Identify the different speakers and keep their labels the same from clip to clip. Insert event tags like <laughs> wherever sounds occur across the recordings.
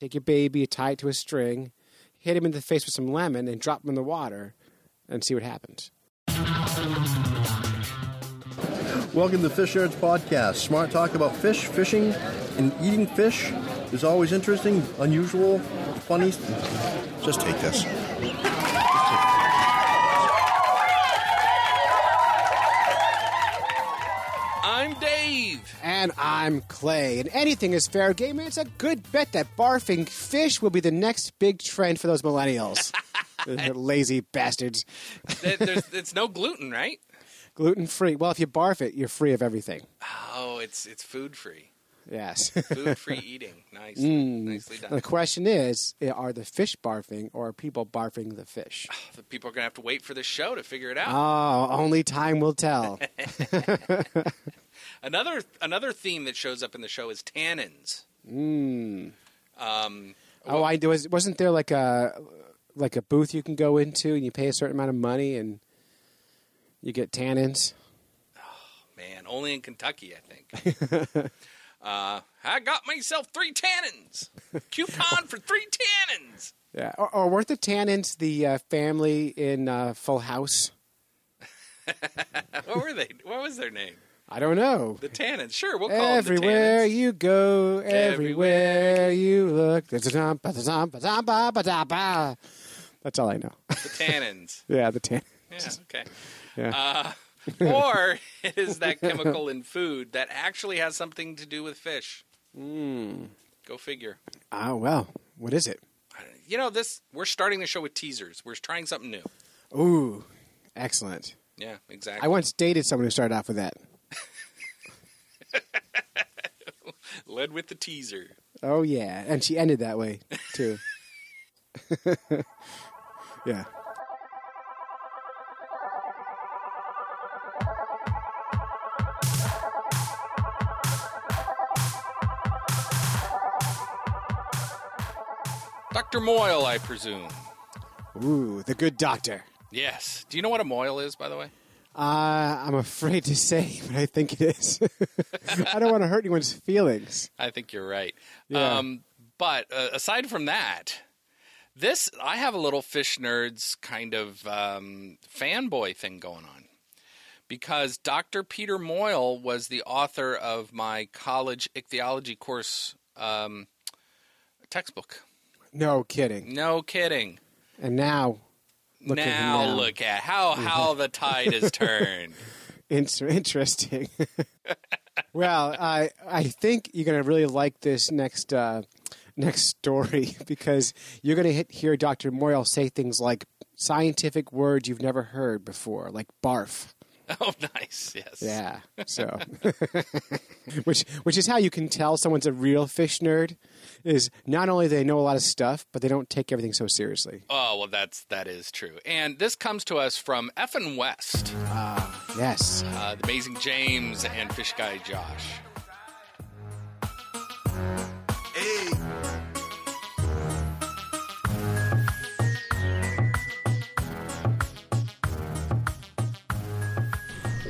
Speaker 1: Take your baby, tie it to a string, hit him in the face with some lemon, and drop him in the water and see what happens.
Speaker 2: Welcome to Fish Nerds Podcast. Smart talk about fish, fishing, and eating fish is always interesting, unusual, funny. Just take this.
Speaker 3: I'm Dave.
Speaker 1: And I'm Clay, and anything is fair game, and it's a good bet that barfing fish will be the next big trend for those millennials. They're lazy bastards.
Speaker 3: There- There's, <laughs> it's no gluten, right?
Speaker 1: Gluten free. Well, if you barf it, you're free of everything.
Speaker 3: Oh, it's it's food free.
Speaker 1: Yes. <laughs>
Speaker 3: Food free eating. Nice.
Speaker 1: Mm.
Speaker 3: Nicely
Speaker 1: the
Speaker 3: done.
Speaker 1: question is eh, are the fish barfing or are people barfing the fish?
Speaker 3: The people are gonna have to wait for this show to figure it out.
Speaker 1: Oh, only time will tell.
Speaker 3: another another theme that shows up in the show is tannins.
Speaker 1: Mm.
Speaker 3: Um,
Speaker 1: oh, I there was wasn't there like a like a booth you can go into and you pay a certain amount of money and you get tannins?
Speaker 3: Man, only in Kentucky, I think.
Speaker 1: <laughs>
Speaker 3: uh, I got myself three tannins. Coupon for three tannins. <laughs>
Speaker 1: Yeah. Or, or weren't the tannins the uh, family in uh, Full House?
Speaker 3: What were they? What was their name?
Speaker 1: I don't know.
Speaker 3: The tannins. Sure, we'll call
Speaker 1: Everywhere
Speaker 3: them the tannins.
Speaker 1: you go, everywhere you look. That's all I know.
Speaker 3: The tannins.
Speaker 1: <laughs> yeah, the tan. <laughs>
Speaker 3: Yeah. Okay. Uh,
Speaker 1: Yeah.
Speaker 3: or <laughs> it is that chemical in food that actually has something to do with fish.
Speaker 1: Hmm.
Speaker 3: Go figure.
Speaker 1: Oh well, what is it?
Speaker 3: You know this. We're starting the show with teasers. We're trying something new.
Speaker 1: Ooh, excellent.
Speaker 3: Yeah, exactly.
Speaker 1: I once dated someone who started off with that.
Speaker 3: Led with the teaser.
Speaker 1: Oh yeah, and she ended that way too. <laughs> yeah.
Speaker 3: Dr. Moyle, I presume.
Speaker 1: Ooh, the good doctor.
Speaker 3: Yes. Do you know what a moil is, by the way?
Speaker 1: Uh, I'm afraid to say, but I think it is. <laughs> I don't want to hurt anyone's feelings.
Speaker 3: I think you're right.
Speaker 1: Yeah.
Speaker 3: Um, but uh, aside from that, this I have a little fish nerds kind of um, fanboy thing going on because Dr. Peter Moyle was the author of my college ichthyology course um, textbook.
Speaker 1: No kidding.
Speaker 3: No kidding.
Speaker 1: And now, look at him
Speaker 3: now,
Speaker 1: now.
Speaker 3: look at how how the
Speaker 1: <laughs>
Speaker 3: tide has turned.
Speaker 1: Inter- interesting. <laughs> well, I I think you're gonna really like this next uh, next story <laughs> because you're gonna hit, hear Dr. Moyle say things like scientific words you've never heard before, like barf.
Speaker 3: oh, nice. Yes.
Speaker 1: Yeah. So, <laughs> which which is how you can tell someone's a real fish nerd is not only they know a lot of stuff, but they don't take everything so seriously.
Speaker 3: Oh well, that's that is true. And this comes to us from Effin West.
Speaker 1: Yes.
Speaker 3: uh, the Amazing James and Fish Guy Josh.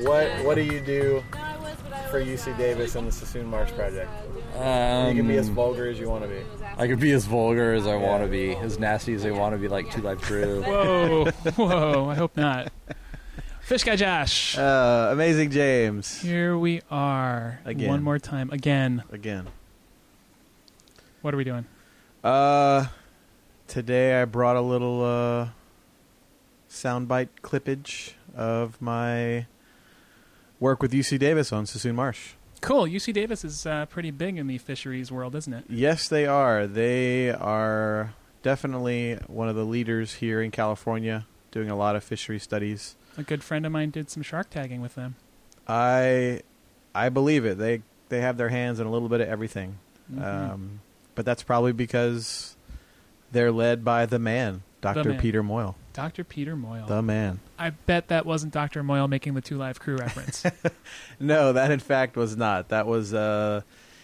Speaker 4: What What do you do for UC Davis and the Sassoon March Project?
Speaker 5: uh,
Speaker 4: you can be as vulgar as you want to be.
Speaker 5: Um, I could be as vulgar as I want to be, as nasty as I want to be, like Two Life Crew.
Speaker 6: Whoa, <laughs> whoa, I hope not. Fish Guy Josh,
Speaker 4: Uh, amazing James
Speaker 6: here we are.
Speaker 4: Again.
Speaker 6: One more time. Again.
Speaker 4: again.
Speaker 6: What are we doing?
Speaker 4: Uh, today I brought a little uh, soundbite clippage of my work with UC Davis on Sassoon Marsh.
Speaker 6: Cool. UC Davis is uh, pretty big in the fisheries world, isn't it?
Speaker 4: Yes, they are. They are definitely one of the leaders here in California, doing a lot of fishery studies.
Speaker 6: A good friend of mine did some shark tagging with them.
Speaker 4: I I believe it. They they have their hands in a little bit of everything, um, but that's probably because they're led by the man, Doctor
Speaker 6: man. Oh.
Speaker 4: Peter Moyle,
Speaker 6: Dr. Peter Moyle.
Speaker 4: the man.
Speaker 6: I bet that wasn't Dr. Moyle making the Two Live
Speaker 4: <laughs>
Speaker 6: Crew reference.
Speaker 4: No, that in fact was not. That was uh,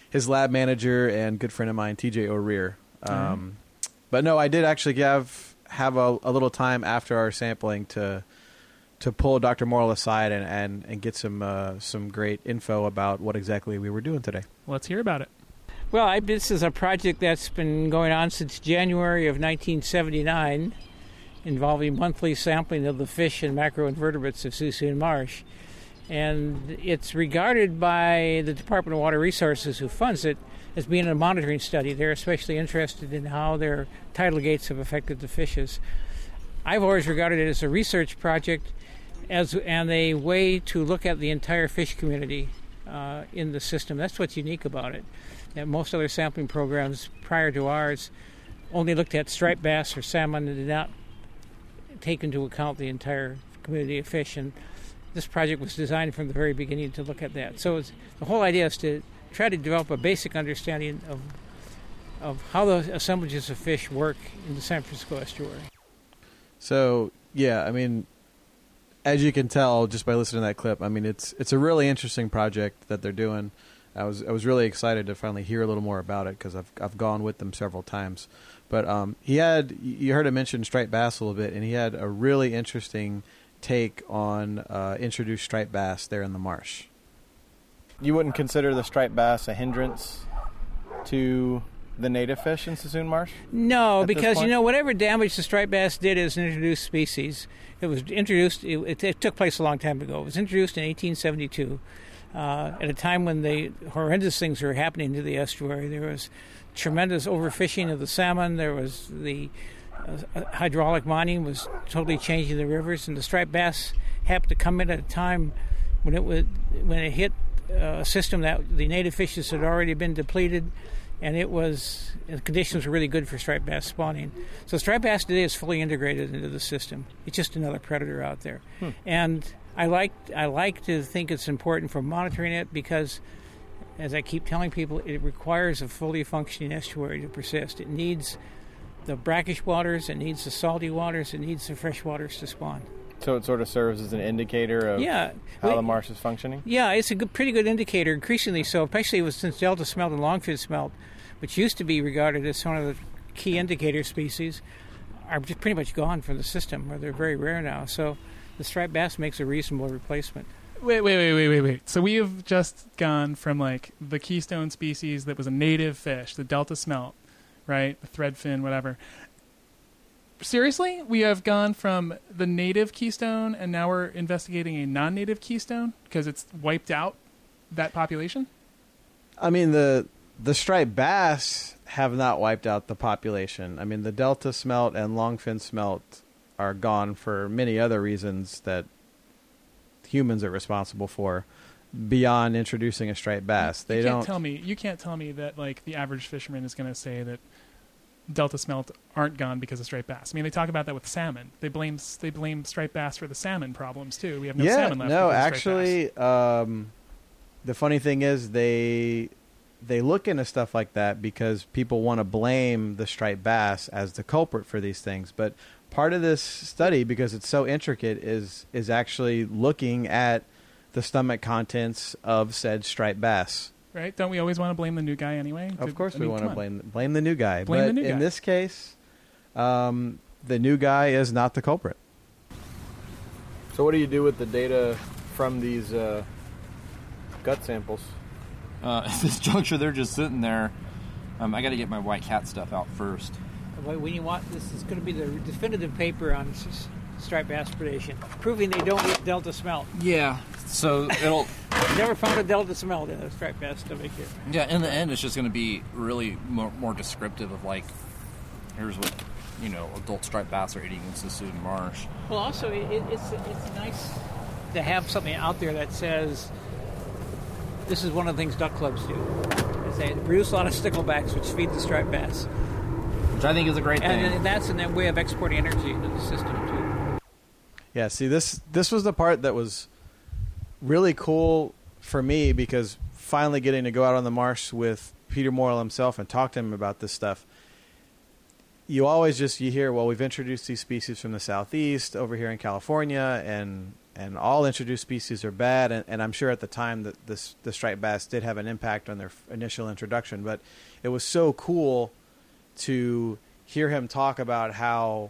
Speaker 4: his lab manager and good friend of mine, T.J. O'Rear. Um, But no, I did actually have have a, a little time after our sampling to to pull Doctor Moyle aside and, and, and get some uh, some great info about what exactly we were doing today.
Speaker 6: Let's hear about it.
Speaker 7: Well, I, this is a project that's been going on since January of 1979, involving monthly sampling of the fish and macroinvertebrates of Susun Marsh. And it's regarded by the Department of Water Resources, who funds it, as being a monitoring study. They're especially interested in how their tidal gates have affected the fishes. I've always regarded it as a research project as and a way to look at the entire fish community uh, in the system. That's what's unique about it. And most other sampling programs prior to ours only looked at striped bass or salmon and did not take into account the entire community of fish. And this project was designed from the very beginning to look at that. So it's, the whole idea is to try to develop a basic understanding of of how the assemblages of fish work in the San Francisco estuary.
Speaker 5: So yeah, I mean, as you can tell just by listening to that clip, I mean it's it's a really interesting project that they're doing. I was I was really excited to finally hear a little more about it because I've I've gone with them several times. But um, he had you heard him mention striped bass a little bit, and he had a really interesting take on uh, introduced striped bass there in the marsh.
Speaker 8: You wouldn't consider the striped bass a hindrance to the native fish in Sassoon Marsh?
Speaker 7: No,
Speaker 8: At this
Speaker 7: because you
Speaker 8: point?
Speaker 7: know whatever damage the striped bass did is an introduced species. It was introduced. It, it, it took place a long time ago. It was introduced in 1872, uh, at a time when the horrendous things were happening to the estuary. There was tremendous overfishing of the salmon. There was the uh, hydraulic mining was totally changing the rivers, and the striped bass happened to come in at a time when it was when it hit uh, a system that the native fishes had already been depleted, and it was the conditions were really good for striped bass spawning. So striped bass today is fully integrated into the system. It's just another predator out there, and I like I like to think it's important for monitoring it because as I keep telling people, it requires a fully functioning estuary to persist. It needs the brackish waters, it needs the salty waters, it needs the fresh waters to spawn.
Speaker 8: So it sort of serves as an indicator of
Speaker 7: Yeah.
Speaker 8: how
Speaker 7: Well,
Speaker 8: the marsh is functioning?
Speaker 7: Yeah, it's a good, pretty good indicator, increasingly so, especially with, since Delta smelt and longfin smelt, which used to be regarded as one of the key indicator species, are just pretty much gone from the system, where they're very rare now. So the striped bass makes a reasonable replacement.
Speaker 6: Wait, wait, wait, wait, wait, wait. So we have just gone from like the keystone species that was a native fish, the delta smelt, right? The threadfin, whatever. Seriously, we have gone from the native keystone, and now we're investigating a non-native keystone because it's wiped out that population.
Speaker 5: I mean the the striped bass have not wiped out the population. I mean the delta smelt and longfin smelt are gone for many other reasons that humans are responsible for beyond introducing a striped bass. They
Speaker 6: you can't
Speaker 5: don't
Speaker 6: tell me. You can't tell me that like the average fisherman is going to say that delta smelt aren't gone because of striped bass. I mean, they talk about that with salmon. They blame they blame striped bass for the salmon problems too. We have no
Speaker 5: yeah,
Speaker 6: salmon left.
Speaker 5: No,
Speaker 6: because of striped bass.
Speaker 5: actually, um, the funny thing is they they look into stuff like that because people want to blame the striped bass as the culprit for these things. But part of this study, because it's so intricate, is is actually looking at the stomach contents of said striped bass.
Speaker 6: right? Don't we always want to blame the new guy anyway?
Speaker 5: Of
Speaker 6: Did-
Speaker 5: course,
Speaker 6: I
Speaker 5: we
Speaker 6: mean,
Speaker 5: want
Speaker 6: come
Speaker 5: to
Speaker 6: on.
Speaker 5: blame blame the new guy.
Speaker 6: Blame
Speaker 5: but
Speaker 6: the new
Speaker 5: in
Speaker 6: guy.
Speaker 5: this case, um, the new guy is not the culprit.
Speaker 8: So what do you do with the data from these uh, gut samples?
Speaker 9: Uh, <laughs> at this juncture, they're just sitting there. Um, I got to get my white cat stuff out first.
Speaker 7: Why- When you want this is going to be the definitive paper on s- striped bass predation, proving they don't eat delta smelt.
Speaker 9: Yeah. So <laughs> it'll.
Speaker 7: Never found a delta smelt in a striped bass stomach here.
Speaker 9: yeah. In the end, it's just going to be really more, more descriptive of like, here's what you know, adult striped bass are eating in Sassoon Marsh.
Speaker 7: Well, also, it, it, it's it's nice to have something out there that says this is one of the things duck clubs do. Is They produce a lot of sticklebacks, which feed the striped bass,
Speaker 9: Which I think is a great
Speaker 7: and
Speaker 9: thing.
Speaker 7: then that's in that way of exporting energy into the system too.
Speaker 5: Yeah, see this this was the part that was really cool for me because finally getting to go out on the marsh with Peter Morrill himself and talk to him about this stuff. You always just you hear, well, we've introduced these species from the southeast over here in California and and all introduced species are bad and, and I'm sure at the time that this the striped bass did have an impact on their f- initial introduction, but it was so cool to hear him talk about how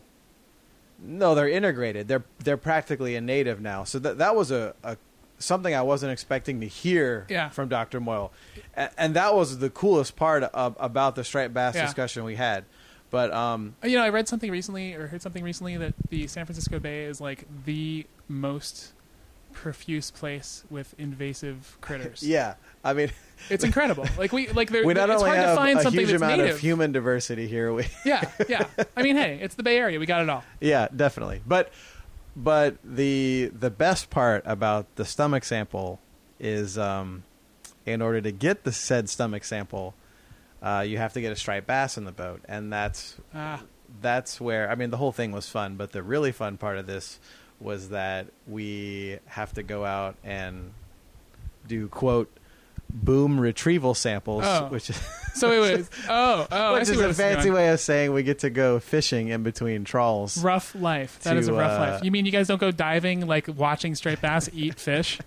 Speaker 5: no, they're integrated. They're they're practically a native now. So that that was a, a something I wasn't expecting to hear
Speaker 6: Yeah.
Speaker 5: from Dr. Moyle. And, and that was the coolest part of, about the striped bass
Speaker 6: Yeah.
Speaker 5: discussion we had. But um,
Speaker 6: Uh, You know, I read something recently or heard something recently that the San Francisco Bay is like the most profuse place with invasive critters.
Speaker 5: <laughs> yeah, I mean,
Speaker 6: It's incredible. Like we
Speaker 5: <laughs>
Speaker 6: like there,
Speaker 5: we not
Speaker 6: it's
Speaker 5: only
Speaker 6: hard
Speaker 5: have
Speaker 6: to find
Speaker 5: a
Speaker 6: something
Speaker 5: huge
Speaker 6: that's
Speaker 5: amount
Speaker 6: native.
Speaker 5: of human diversity here, we <laughs>
Speaker 6: yeah, yeah. I mean, hey, it's the Bay Area. We got it all.
Speaker 5: yeah, definitely. But but the the best part about the stomach sample is um, in order to get the said stomach sample, uh, you have to get a striped bass in the boat, and that's
Speaker 6: Ah.
Speaker 5: that's where I mean the whole thing was fun, but the really fun part of this was that we have to go out and do quote boom retrieval samples,
Speaker 6: Oh.
Speaker 5: which is
Speaker 6: <laughs> So it was. Oh, oh, I
Speaker 5: which
Speaker 6: see
Speaker 5: is
Speaker 6: what
Speaker 5: a
Speaker 6: this is
Speaker 5: fancy
Speaker 6: doing.
Speaker 5: way of saying we get to go fishing in between trawls.
Speaker 6: Rough life. That is
Speaker 5: to,
Speaker 6: a rough
Speaker 5: uh,
Speaker 6: life. You mean you guys don't go diving, like watching straight bass eat
Speaker 5: <laughs>
Speaker 6: fish?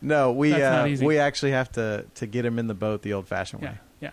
Speaker 5: No, we
Speaker 6: That's
Speaker 5: uh,
Speaker 6: not easy.
Speaker 5: we actually have to to get him in the boat the old-fashioned
Speaker 6: Yeah,
Speaker 5: way.
Speaker 6: yeah.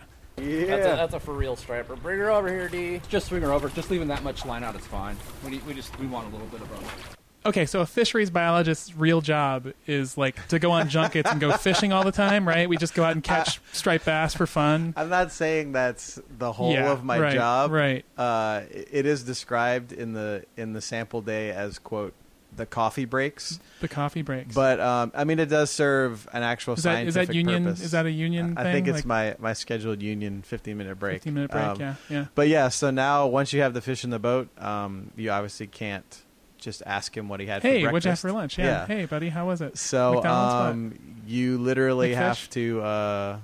Speaker 9: That's, a, that's a for real striper. Bring her over here, D. Just swing her over. Just leaving that much line out is fine. We, need, we just we want a little bit of a.
Speaker 6: Okay, so a fisheries biologist's real job is like to go on
Speaker 5: <laughs>
Speaker 6: junkets and go fishing all the time, right? We just go out and catch striped bass for fun.
Speaker 5: I'm not saying that's the whole
Speaker 6: Yeah,
Speaker 5: of my
Speaker 6: right,
Speaker 5: job.
Speaker 6: right.
Speaker 5: Uh, it it is described in the in the sample day as quote the coffee breaks,
Speaker 6: The coffee breaks.
Speaker 5: but um, I mean it does serve an actual
Speaker 6: is that
Speaker 5: scientific
Speaker 6: is that union?
Speaker 5: purpose.
Speaker 6: Is that a union?
Speaker 5: I
Speaker 6: thing?
Speaker 5: think it's
Speaker 6: Like
Speaker 5: my my scheduled union 15 minute break.
Speaker 6: 15 minute break.
Speaker 5: Um,
Speaker 6: yeah, yeah.
Speaker 5: But yeah, so now once you have the fish in the boat, um, you obviously can't just ask him what he had
Speaker 6: Hey,
Speaker 5: for breakfast.
Speaker 6: what'd you have for lunch? Yeah. Hey, buddy, how was it?
Speaker 5: So
Speaker 6: McDonald's what?
Speaker 5: um, you literally
Speaker 6: McFish?
Speaker 5: have to uh,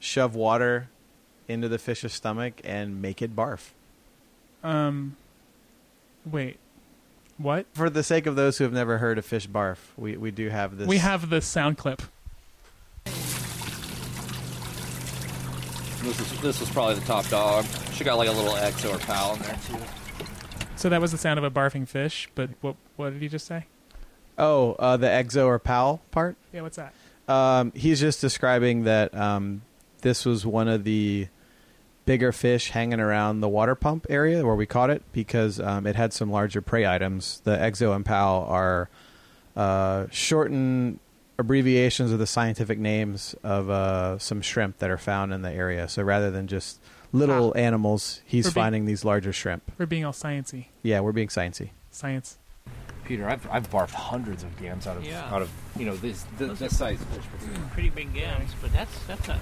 Speaker 5: shove water into the fish's stomach and make it barf.
Speaker 6: Um, wait, what?
Speaker 5: For the sake of those who have never heard of fish barf, we, we do have this.
Speaker 6: We have the sound clip.
Speaker 9: This is this is probably the top dog. She got like a little ex or pal in there too.
Speaker 6: So that was the sound of a barfing fish. But what? What did he just say?
Speaker 5: oh uh, the exo or pal part.
Speaker 6: Yeah, what's that?
Speaker 5: Um, he's just describing that um, this was one of the bigger fish hanging around the water pump area where we caught it because um, it had some larger prey items. The exo and pal are uh, shortened abbreviations of the scientific names of uh, some shrimp that are found in the area. So rather than just little
Speaker 6: Ah.
Speaker 5: animals, he's
Speaker 6: We're being-
Speaker 5: finding these larger shrimp.
Speaker 6: We're being all sciency.
Speaker 5: Yeah, we're being sciencey.
Speaker 6: Science.
Speaker 9: Peter, I've I've barfed hundreds of gams out of
Speaker 7: Yeah.
Speaker 9: out of you know this this, this size fish.
Speaker 7: Pretty big gams, but that's that's a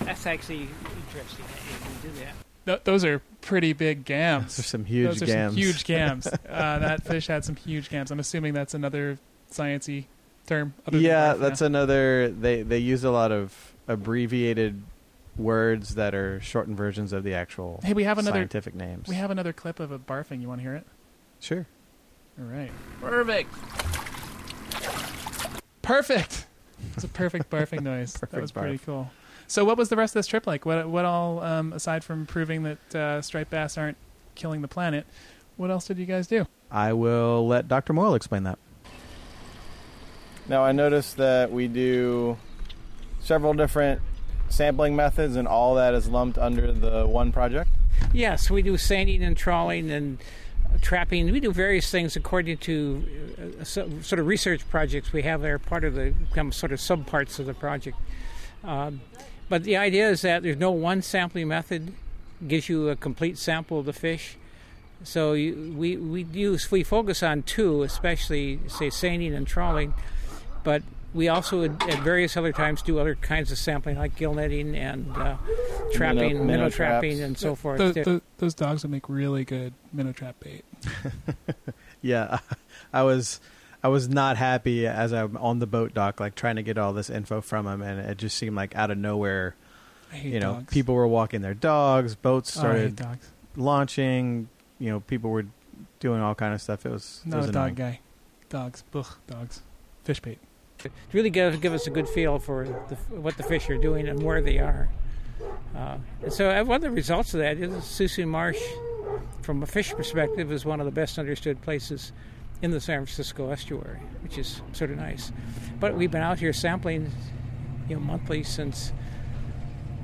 Speaker 7: that's actually interesting that you can do that.
Speaker 6: Th- those are pretty big
Speaker 5: Those are
Speaker 6: gams.
Speaker 5: some huge
Speaker 6: those are
Speaker 5: gams.
Speaker 6: some
Speaker 5: <laughs>
Speaker 6: huge gams. uh, that fish had some huge gams. I'm assuming that's another sciency term. other than
Speaker 5: yeah
Speaker 6: barf,
Speaker 5: that's another they they use a lot of abbreviated words that are shortened versions of the actual
Speaker 6: Hey, we have another-
Speaker 5: scientific names
Speaker 6: We have another clip of a barfing. You want to hear it?
Speaker 5: sure
Speaker 6: All right.
Speaker 9: Perfect.
Speaker 6: Perfect. It's a
Speaker 5: <laughs>
Speaker 6: perfect barfing noise. that
Speaker 5: Perfect
Speaker 6: was pretty
Speaker 5: barf.
Speaker 6: cool. So, what was the rest of this trip like? What, what all, um, aside from proving that uh, striped bass aren't killing the planet, what else did you guys do?
Speaker 5: i will let dr moyle explain that
Speaker 8: Now I noticed that we do several different sampling methods, and all that is lumped under the one project.
Speaker 7: Yes, we do sanding and trawling and uh, trapping. We do various things according to uh, so, sort of research projects we have that are part of the become sort of subparts of the project. Um, but the idea is that there's no one sampling method gives you a complete sample of the fish. So you, we we use we focus on two, especially say sanding and trawling, but we also at, at various other times do other kinds of sampling like gill netting and uh, trapping, minnow,
Speaker 8: minnow
Speaker 7: trapping,
Speaker 8: traps.
Speaker 7: and so forth.
Speaker 6: Tho-
Speaker 7: too.
Speaker 6: tho- those dogs would make really good minnow trap bait.
Speaker 5: yeah <laughs> i was i was not happy as i'm on the boat dock like trying to get all this info from him and it just seemed like out of nowhere
Speaker 6: I hate
Speaker 5: you know
Speaker 6: dogs.
Speaker 5: people were walking their dogs boats
Speaker 6: Oh, I hate
Speaker 5: started
Speaker 6: dogs.
Speaker 5: launching you know people were doing all kind of stuff it was it
Speaker 6: Not
Speaker 5: was
Speaker 6: a
Speaker 5: annoying.
Speaker 6: dog guy. Dogs. Ugh, dogs. Fish bait.
Speaker 7: to really give, give us a good feel for the, what the fish are doing and where they are. Uh, and so uh, one of the results of that is Susu Marsh, from a fish perspective, is one of the best understood places in the San Francisco estuary, which is sort of nice. But we've been out here sampling, you know, monthly since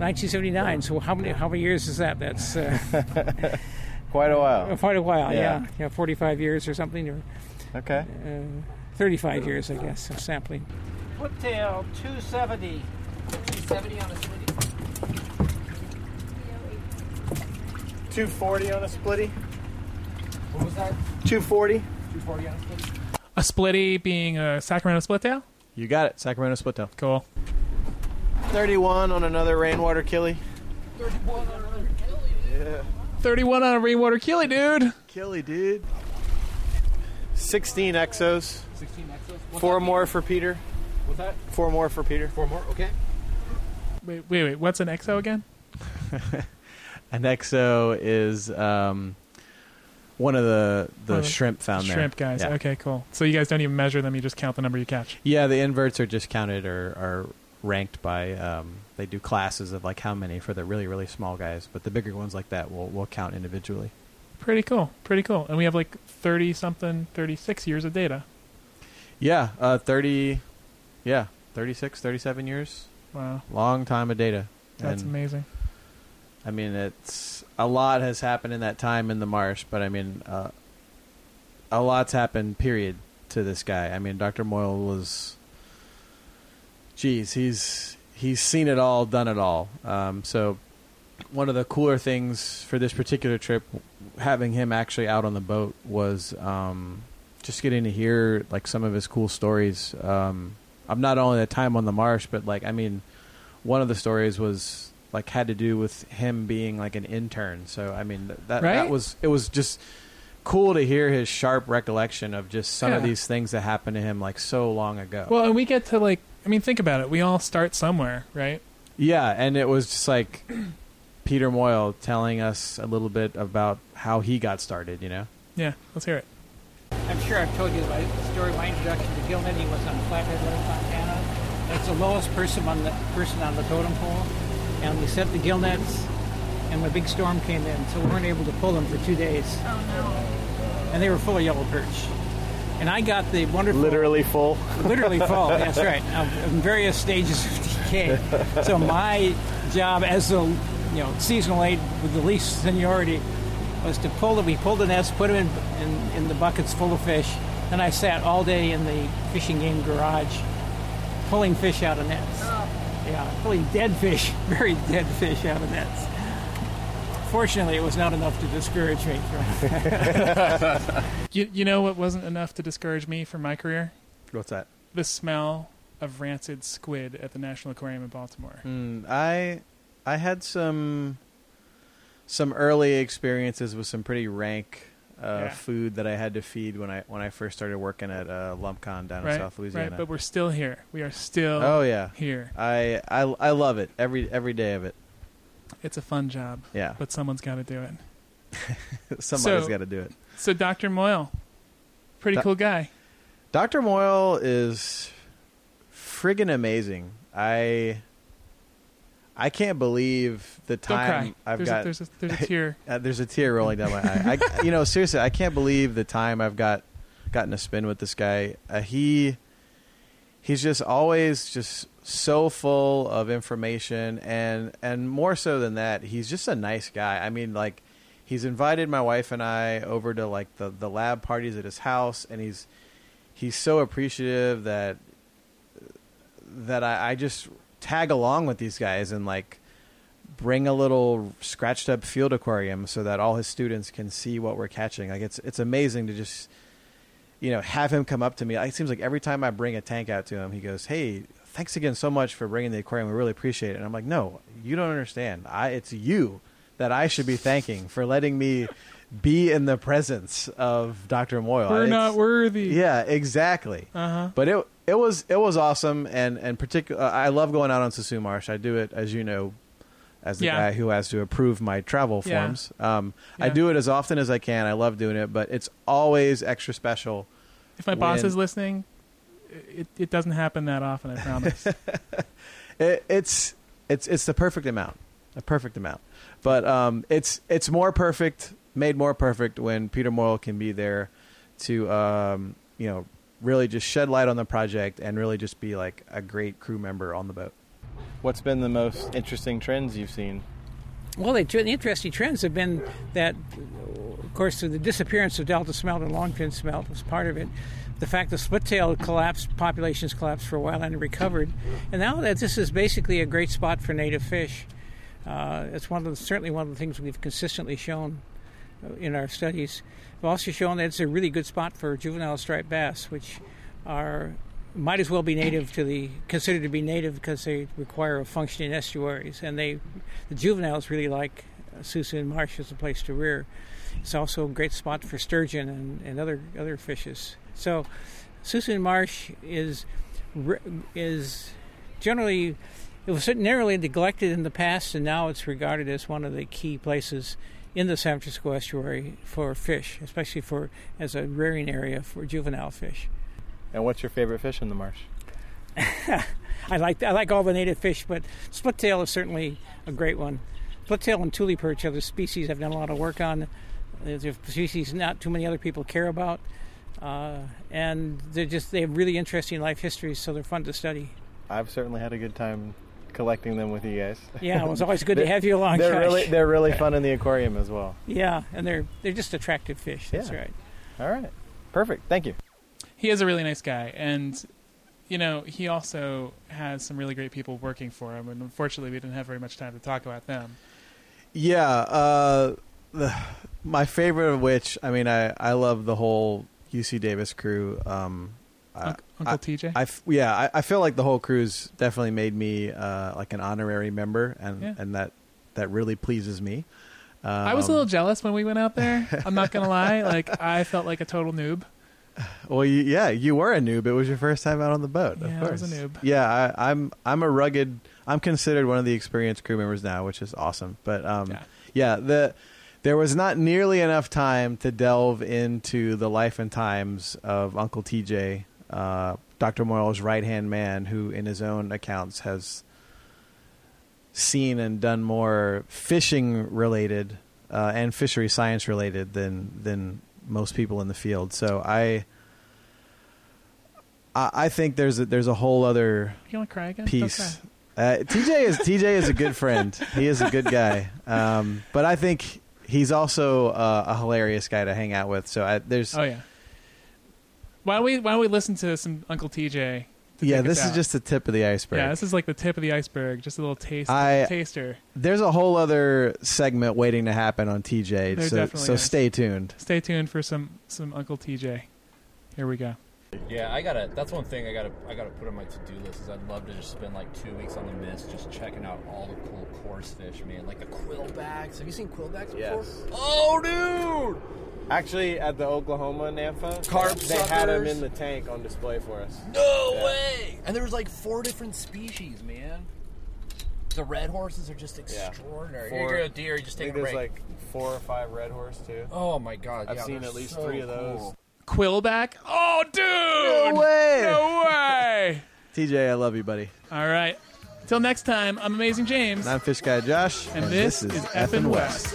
Speaker 7: 1979. So how many how many years is that? That's uh, <laughs>
Speaker 8: Quite a while.
Speaker 7: quite a while.
Speaker 8: Yeah.
Speaker 7: Yeah. yeah, 45 years or something. Or
Speaker 8: Okay.
Speaker 7: uh,
Speaker 10: 35 years, I guess, of sampling.
Speaker 7: Whiptail 270. 270 on a splitty.
Speaker 4: 240 on a splitty.
Speaker 7: What was that?
Speaker 4: 240.
Speaker 7: 240 on a splitty.
Speaker 6: A splitty being a Sacramento split tail?
Speaker 5: You got it. Sacramento split tail.
Speaker 6: Cool.
Speaker 4: 31 on another rainwater killie.
Speaker 7: 31 on another.
Speaker 6: 31 on a rainwater killie, dude.
Speaker 4: Killie, dude. 16 exos.
Speaker 7: 16 exos. What's
Speaker 4: Four
Speaker 7: that?
Speaker 4: more for Peter.
Speaker 7: What's that?
Speaker 4: Four more for Peter.
Speaker 7: Four more? Okay.
Speaker 6: Wait, wait, wait. What's an exo again?
Speaker 5: An exo is um, one of the the
Speaker 6: One of the
Speaker 5: shrimp found there.
Speaker 6: Shrimp guys.
Speaker 5: Yeah.
Speaker 6: Okay, cool. So you guys don't even measure them; you just count the number you catch.
Speaker 5: Yeah, the inverts are just counted or are ranked by. Um, they do classes of like how many for the really really small guys, but the bigger ones like that will will count individually.
Speaker 6: Pretty cool. Pretty cool. And we have like thirty something, thirty six years of data.
Speaker 5: Yeah, uh, thirty. Yeah, 36, 37 years.
Speaker 6: Wow,
Speaker 5: Long time of data.
Speaker 6: that's
Speaker 5: And,
Speaker 6: amazing.
Speaker 5: I mean, it's a lot has happened in that time in the marsh, but I mean, uh, a lot's happened. Period to this guy. I mean, Doctor Moyle was, geez, he's he's seen it all, done it all. Um, so, one of the cooler things for this particular trip, having him actually out on the boat, was um, just getting to hear like some of his cool stories. Um, I'm not only the time on the marsh, but like I mean one of the stories was like had to do with him being like an intern. So I mean th- that
Speaker 6: Right?
Speaker 5: that was it was just cool to hear his sharp recollection of just some of
Speaker 6: Yeah.
Speaker 5: these things that happened to him like so long ago.
Speaker 6: Well, and we get to like, I mean, think about it. We all start somewhere, right?
Speaker 5: yeah, and it was just like Peter Moyle telling us a little bit about how he got started, you know.
Speaker 6: Yeah. Let's hear it.
Speaker 7: I'm sure I've told you my story. My introduction to Gil Netting was on Flathead Lake, Montana. That's the lowest person on the person on the totem pole, and we set the gill nets, and the big storm came in, so we weren't able to pull them for two days. Oh no! And they were full of yellow perch, and I got the wonderful
Speaker 4: Literally full.
Speaker 7: literally full. That's right. Of, of various stages of decay. So my job as a you know seasonal aide with the least seniority was to pull them. We pulled the nets, put them in, in in the buckets full of fish. Then I sat all day in the fishing game garage, pulling fish out of nets. Yeah, pulling dead fish, <laughs> very dead fish out of nets. Fortunately, it was not enough to discourage me from
Speaker 6: You you know what wasn't enough to discourage me from my career?
Speaker 5: What's that?
Speaker 6: The smell of rancid squid at the National Aquarium in Baltimore.
Speaker 5: Mm, I I had some some early experiences with some pretty rank uh,
Speaker 6: Yeah.
Speaker 5: food that I had to feed when I when I first started working at uh, Lumpcon down
Speaker 6: right.
Speaker 5: in South Louisiana.
Speaker 6: Right. But we're still here. We are still
Speaker 5: oh yeah,
Speaker 6: here.
Speaker 5: I, I I love it every every day of it.
Speaker 6: It's a fun job,
Speaker 5: Yeah,
Speaker 6: but someone's got to do it.
Speaker 5: <laughs> somebody's
Speaker 6: So-
Speaker 5: got to do it.
Speaker 6: So, Doctor Moyle, pretty
Speaker 5: Doc-
Speaker 6: cool guy.
Speaker 5: Dr. Moyle is friggin' amazing. I I can't believe the
Speaker 6: Don't
Speaker 5: time
Speaker 6: cry.
Speaker 5: I've
Speaker 6: there's,
Speaker 5: got.
Speaker 6: a, there's a
Speaker 5: <laughs>
Speaker 6: there's a tear.
Speaker 5: Uh, there's a tear rolling down my eye. I, you know, seriously, I can't believe the time I've got gotten to spend with this guy. Uh, he he's just always just so full of information, and and more so than that, he's just a nice guy. I mean, like he's invited my wife and I over to like the the lab parties at his house, and he's he's so appreciative that that I, I just tag along with these guys and like bring a little scratched up field aquarium so that all his students can see what we're catching. Like it's it's amazing to just you know have him come up to me. It seems like every time I bring a tank out to him, he goes, "Hey, thanks again so much for bringing the aquarium. We really appreciate it." And I'm like, "No, you don't understand. I it's you that I should be thanking for letting me be in the presence of Dr. Moyle.
Speaker 6: We're
Speaker 5: It's-
Speaker 6: not worthy.
Speaker 5: yeah, exactly.
Speaker 6: Uh-huh.
Speaker 5: But it it was it was awesome, and and particular. I love going out on Susu Marsh. I do it as you know, as the
Speaker 6: Yeah.
Speaker 5: guy who has to approve my travel
Speaker 6: Yeah.
Speaker 5: forms. Um, I
Speaker 6: Yeah.
Speaker 5: do it as often as I can. I love doing it, but it's always extra special.
Speaker 6: If my boss
Speaker 5: When-
Speaker 6: is listening, it it doesn't happen that often. I promise.
Speaker 5: It, it's it's it's the perfect amount, a perfect amount. But um, it's it's more perfect, made more perfect when Peter Moyle can be there to um, you know really just shed light on the project and really just be like a great crew member on the boat.
Speaker 4: What's been the most interesting trends you've seen?
Speaker 10: Well, they, the interesting trends have been that
Speaker 7: Of course, the disappearance of delta smelt and longfin smelt was part of it. The fact the split-tailed collapsed, populations collapsed for a while and recovered, and now that this is basically a great spot for native fish. Uh, it's one of the, certainly one of the things we've consistently shown uh, in our studies. We've also shown that it's a really good spot for juvenile striped bass, which are might as well be native to the considered to be native because they require a functioning estuaries, and they the juveniles really like Susun Marsh as a place to rear. It's also a great spot for sturgeon and, and other other fishes. So, Susun Marsh is is generally it was narrowly neglected in the past, and now it's regarded as one of the key places in the San Francisco estuary for fish, especially for as a rearing area for juvenile fish.
Speaker 8: And what's your favorite fish in the marsh?
Speaker 7: I like I like all the native fish, but split tail is certainly a great one. Split tail and tule perch are the species I've done a lot of work on. They're species not too many other people care about, uh, and they're just they have really interesting life histories, so they're fun to study.
Speaker 8: I've certainly had a good time collecting them with you guys.
Speaker 7: Yeah, it was
Speaker 8: <laughs>
Speaker 7: always good to have you along.
Speaker 8: They're
Speaker 7: Josh.
Speaker 8: really they're really fun in the aquarium as well.
Speaker 7: Yeah, and they're they're just attractive fish. That's
Speaker 8: Yeah.
Speaker 7: right.
Speaker 8: All right, perfect. Thank you.
Speaker 6: he is a really nice guy and you know he also has some really great people working for him and unfortunately we didn't have very much time to talk about them
Speaker 5: Yeah, uh, the, my favorite of which, I mean, I, I love the whole UC Davis crew. Um, I-
Speaker 6: Uncle
Speaker 5: I-
Speaker 6: TJ?
Speaker 5: I f- yeah, I, I feel like the whole crew's definitely made me uh, like an honorary member, and
Speaker 6: Yeah.
Speaker 5: and that that really pleases me. Um,
Speaker 6: i was a little jealous when we went out
Speaker 5: <laughs>
Speaker 6: there i'm not gonna lie like i felt like a total noob
Speaker 5: Well, you, yeah, you were a noob. It was your first time out on the boat.
Speaker 6: Yeah,
Speaker 5: of
Speaker 6: I
Speaker 5: course.
Speaker 6: was a noob.
Speaker 5: Yeah, I, I'm. I'm a rugged. I'm considered one of the experienced crew members now, which is awesome. But um, yeah. the there was not nearly enough time to delve into the life and times of Uncle TJ, uh, Doctor Moyle's right hand man, who, in his own accounts, has seen and done more fishing related uh, and fishery science related than than most people in the field. So I I, I think there's a, there's a whole other
Speaker 6: you want to cry again Don't
Speaker 5: piece. Uh, TJ is TJ is a good friend. He is a good guy, um, but I think he's also uh, a hilarious guy to hang out with. So I, there's
Speaker 6: cry. oh yeah why don't we why don't we listen to some uncle tj to
Speaker 5: yeah.
Speaker 6: take us
Speaker 5: This is
Speaker 6: out?
Speaker 5: just the tip of the iceberg.
Speaker 6: yeah this is like the tip of the iceberg just a little taste
Speaker 5: I-
Speaker 6: taster
Speaker 5: There's a whole other segment waiting to happen on TJ.
Speaker 6: There
Speaker 5: so
Speaker 6: definitely
Speaker 5: so
Speaker 6: is.
Speaker 5: stay tuned.
Speaker 6: stay tuned for some some uncle tj here we go
Speaker 9: Yeah, I gotta. That's one thing I gotta. I gotta put on my to-do list is I'd love to just spend like two weeks on the mist, just checking out all the cool course fish, man. Like the quillbacks. Have you seen quillbacks before?
Speaker 8: Yes.
Speaker 9: Oh, dude!
Speaker 8: Actually, at the Oklahoma Nampa,
Speaker 9: Carp
Speaker 8: they had them
Speaker 9: suckers.
Speaker 8: in the tank on display for us.
Speaker 9: No
Speaker 8: Yeah.
Speaker 9: way! And there was like four different species, man. The red horses are just
Speaker 8: Yeah.
Speaker 9: extraordinary.
Speaker 8: Four-
Speaker 9: You're gonna go deer, you just
Speaker 8: I
Speaker 9: take
Speaker 8: think
Speaker 9: a
Speaker 8: there's
Speaker 9: break.
Speaker 8: like four or five red horse too.
Speaker 9: oh my god!
Speaker 8: I've
Speaker 9: yeah,
Speaker 8: seen
Speaker 9: they're
Speaker 8: at least
Speaker 9: so
Speaker 8: three of those.
Speaker 9: cool.
Speaker 6: quillback oh dude
Speaker 5: No way!
Speaker 6: no way <laughs>
Speaker 5: TJ, I love you, buddy.
Speaker 6: All right. Till next time, I'm Amazing James.
Speaker 5: And I'm Fish Guy Josh,
Speaker 6: and this, is Effin' West.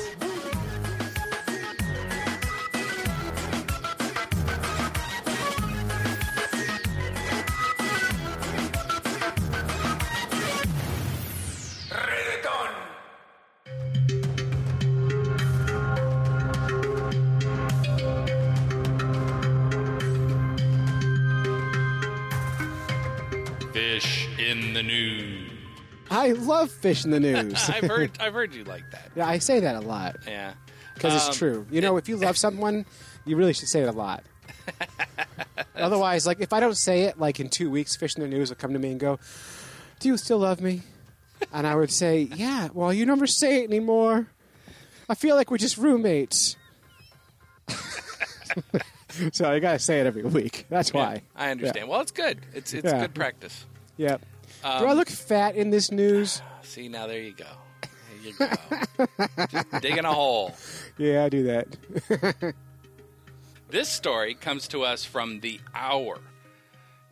Speaker 3: Fish in
Speaker 1: <laughs>
Speaker 3: the news.
Speaker 1: I love fish in the
Speaker 3: <laughs>
Speaker 1: news.
Speaker 3: I've heard. I've heard you like that.
Speaker 1: yeah, I say that a lot
Speaker 3: Yeah,
Speaker 1: because
Speaker 3: Um,
Speaker 1: it's true. You know, if you love someone, you really should say it a
Speaker 3: <laughs>
Speaker 1: lot. Otherwise, like if I don't say it, like in two weeks, fish in the news will come to me and go, "Do you still love me?" And I would say, "Yeah." Well, you never say it anymore. I feel like we're just roommates. <laughs> so I gotta say it every week. That's why.
Speaker 3: I understand. Well, it's good. It's it's
Speaker 1: Yeah.
Speaker 3: good practice.
Speaker 1: Yeah. Do
Speaker 3: Um,
Speaker 1: I look fat in this news?
Speaker 3: See now, there you go. There you go. <laughs> Just digging a hole.
Speaker 1: Yeah, I do that.
Speaker 3: This story comes to us from the hour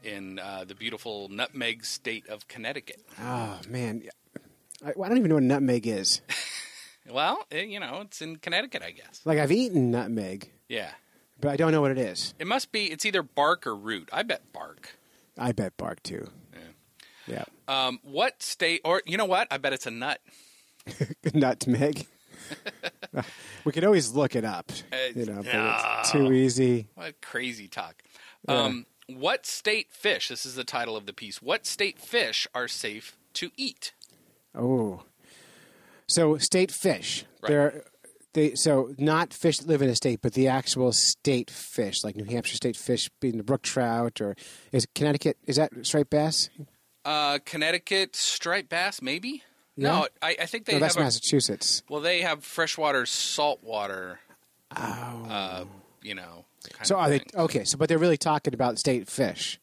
Speaker 3: in uh, the beautiful Nutmeg State of Connecticut.
Speaker 1: Oh man, I, I don't even know what nutmeg is.
Speaker 3: Well, eh, you know, it's in Connecticut, I guess.
Speaker 1: Like I've eaten nutmeg,
Speaker 3: Yeah,
Speaker 1: but I don't know what it is.
Speaker 3: it must be. It's either bark or root. I bet bark.
Speaker 1: I bet bark too. Yeah, <laughs>
Speaker 3: Um, what state? Or you know what? I bet it's a nut.
Speaker 1: nutmeg. <laughs> we could always look it up.
Speaker 3: Uh,
Speaker 1: You know, but it's too easy.
Speaker 3: What crazy talk.
Speaker 1: Yeah.
Speaker 3: Um, what state fish? This is the title of the piece. What state fish are safe to eat?
Speaker 1: Oh, so state fish.
Speaker 3: Right.
Speaker 1: They're they so not fish that live in a state, but the actual state fish, like New Hampshire state fish, being the brook trout, or is Connecticut is that striped bass?
Speaker 3: Uh, Connecticut striped bass, maybe.
Speaker 1: Yeah?
Speaker 3: No, I, I think they
Speaker 1: no,
Speaker 3: have
Speaker 1: that's
Speaker 3: a,
Speaker 1: Massachusetts.
Speaker 3: Well, they have freshwater, saltwater. Uh, you know. kind
Speaker 1: Oh. So
Speaker 3: of
Speaker 1: are they
Speaker 3: thing.
Speaker 1: okay? So but they're really talking about state fish.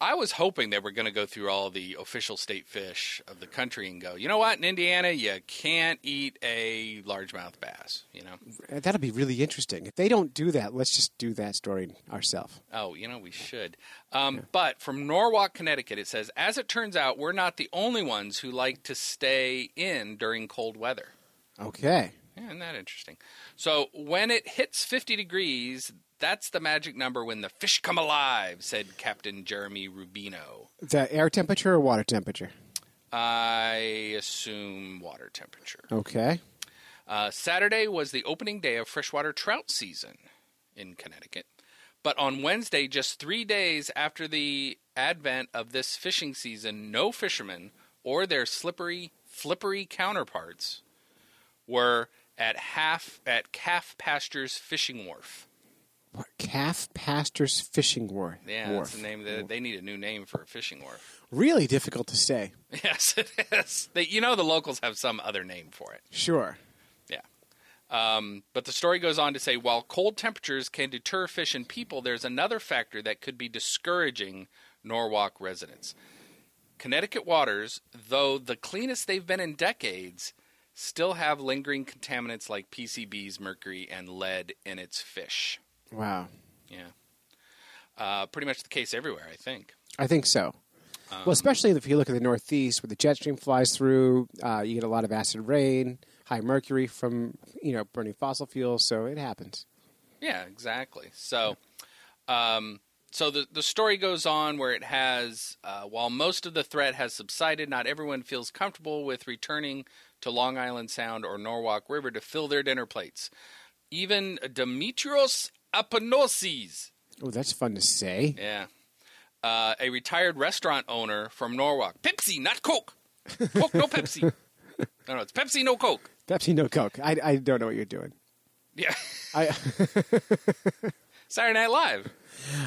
Speaker 3: I was hoping they were going to go through all the official state fish of the country and go, you know what, in Indiana, you can't eat a largemouth bass. You know.
Speaker 1: Uh, That'll be really interesting. If they don't do that, let's just do that story ourselves.
Speaker 3: Oh, you know, we should. Um, But from Norwalk, Connecticut, it says, as it turns out, we're not the only ones who like to stay in during cold weather.
Speaker 1: Okay.
Speaker 3: Yeah, isn't that interesting? So when it hits 50 degrees, that's the magic number when the fish come alive, said Captain Jeremy Rubino.
Speaker 1: The air temperature or water temperature?
Speaker 3: I assume water temperature.
Speaker 1: Okay.
Speaker 3: Uh, Saturday was the opening day of freshwater trout season in Connecticut. But on Wednesday, just three days after the advent of this fishing season, no fishermen or their slippery, flippery counterparts were at half at Calf Pastures Fishing Wharf.
Speaker 1: Calf Pastors Fishing War.
Speaker 3: Yeah,
Speaker 1: wharf.
Speaker 3: that's the name. They, they need a new name for a fishing wharf. <laughs>
Speaker 1: Really difficult to say.
Speaker 3: Yes, it is. They, you know, the locals have some other name for it.
Speaker 1: Sure.
Speaker 3: Yeah. Um, but the story goes on to say while cold temperatures can deter fish and people, there's another factor that could be discouraging Norwalk residents. Connecticut waters, though the cleanest they've been in decades, still have lingering contaminants like PCBs, mercury, and lead in its fish.
Speaker 1: Wow.
Speaker 3: Yeah. Uh, pretty much the case everywhere, I think.
Speaker 1: I think so.
Speaker 3: Um,
Speaker 1: well, especially if you look at the Northeast, where the jet stream flies through, uh, you get a lot of acid rain, high mercury from you know burning fossil fuels, so it happens.
Speaker 3: Yeah, exactly. So, um, so the the story goes on where it has, uh, while most of the threat has subsided, not everyone feels comfortable with returning to Long Island Sound or Norwalk River to fill their dinner plates. Even Demetrios Aponosis,
Speaker 1: Oh, that's fun to say.
Speaker 3: yeah, uh, a retired restaurant owner from Norwalk, Pepsi, not Coke, Coke
Speaker 1: <laughs>
Speaker 3: no Pepsi. No, no, it's Pepsi, no Coke.
Speaker 1: Pepsi, no Coke. I, I don't know what you're doing.
Speaker 3: Yeah,
Speaker 1: I
Speaker 3: <laughs> Saturday Night Live.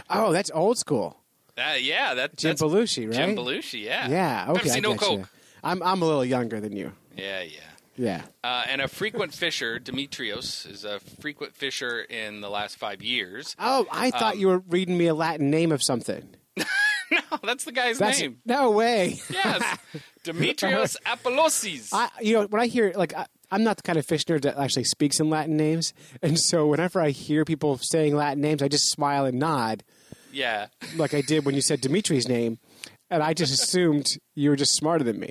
Speaker 1: oh, that's old school.
Speaker 3: Uh, yeah, that,
Speaker 1: Jim
Speaker 3: that's
Speaker 1: Belushi, right?
Speaker 3: Jim Belushi, yeah.
Speaker 1: Yeah. Okay.
Speaker 3: Uh, Pepsi
Speaker 1: I
Speaker 3: no
Speaker 1: getcha.
Speaker 3: Coke.
Speaker 1: I'm I'm a little younger than you.
Speaker 3: Yeah, yeah.
Speaker 1: Yeah.
Speaker 3: Uh, and a frequent fisher, Demetrios, is a frequent fisher in the last
Speaker 1: <laughs>
Speaker 3: five years.
Speaker 1: Oh, I thought
Speaker 3: um,
Speaker 1: you were reading me a Latin name of something.
Speaker 3: No, that's the guy's
Speaker 1: Oh, That's
Speaker 3: name.
Speaker 1: no way.
Speaker 3: <laughs> Yes,
Speaker 1: <laughs>
Speaker 3: Demetrios Apollosis.
Speaker 1: I, you know, when I hear like I, I'm not the kind of fish nerd that actually speaks in Latin names, and so whenever I hear people saying Latin names, I just smile and nod,
Speaker 3: yeah,
Speaker 1: like I did when you said Dimitri's name, and I just assumed you were just smarter than
Speaker 3: <laughs>
Speaker 1: me.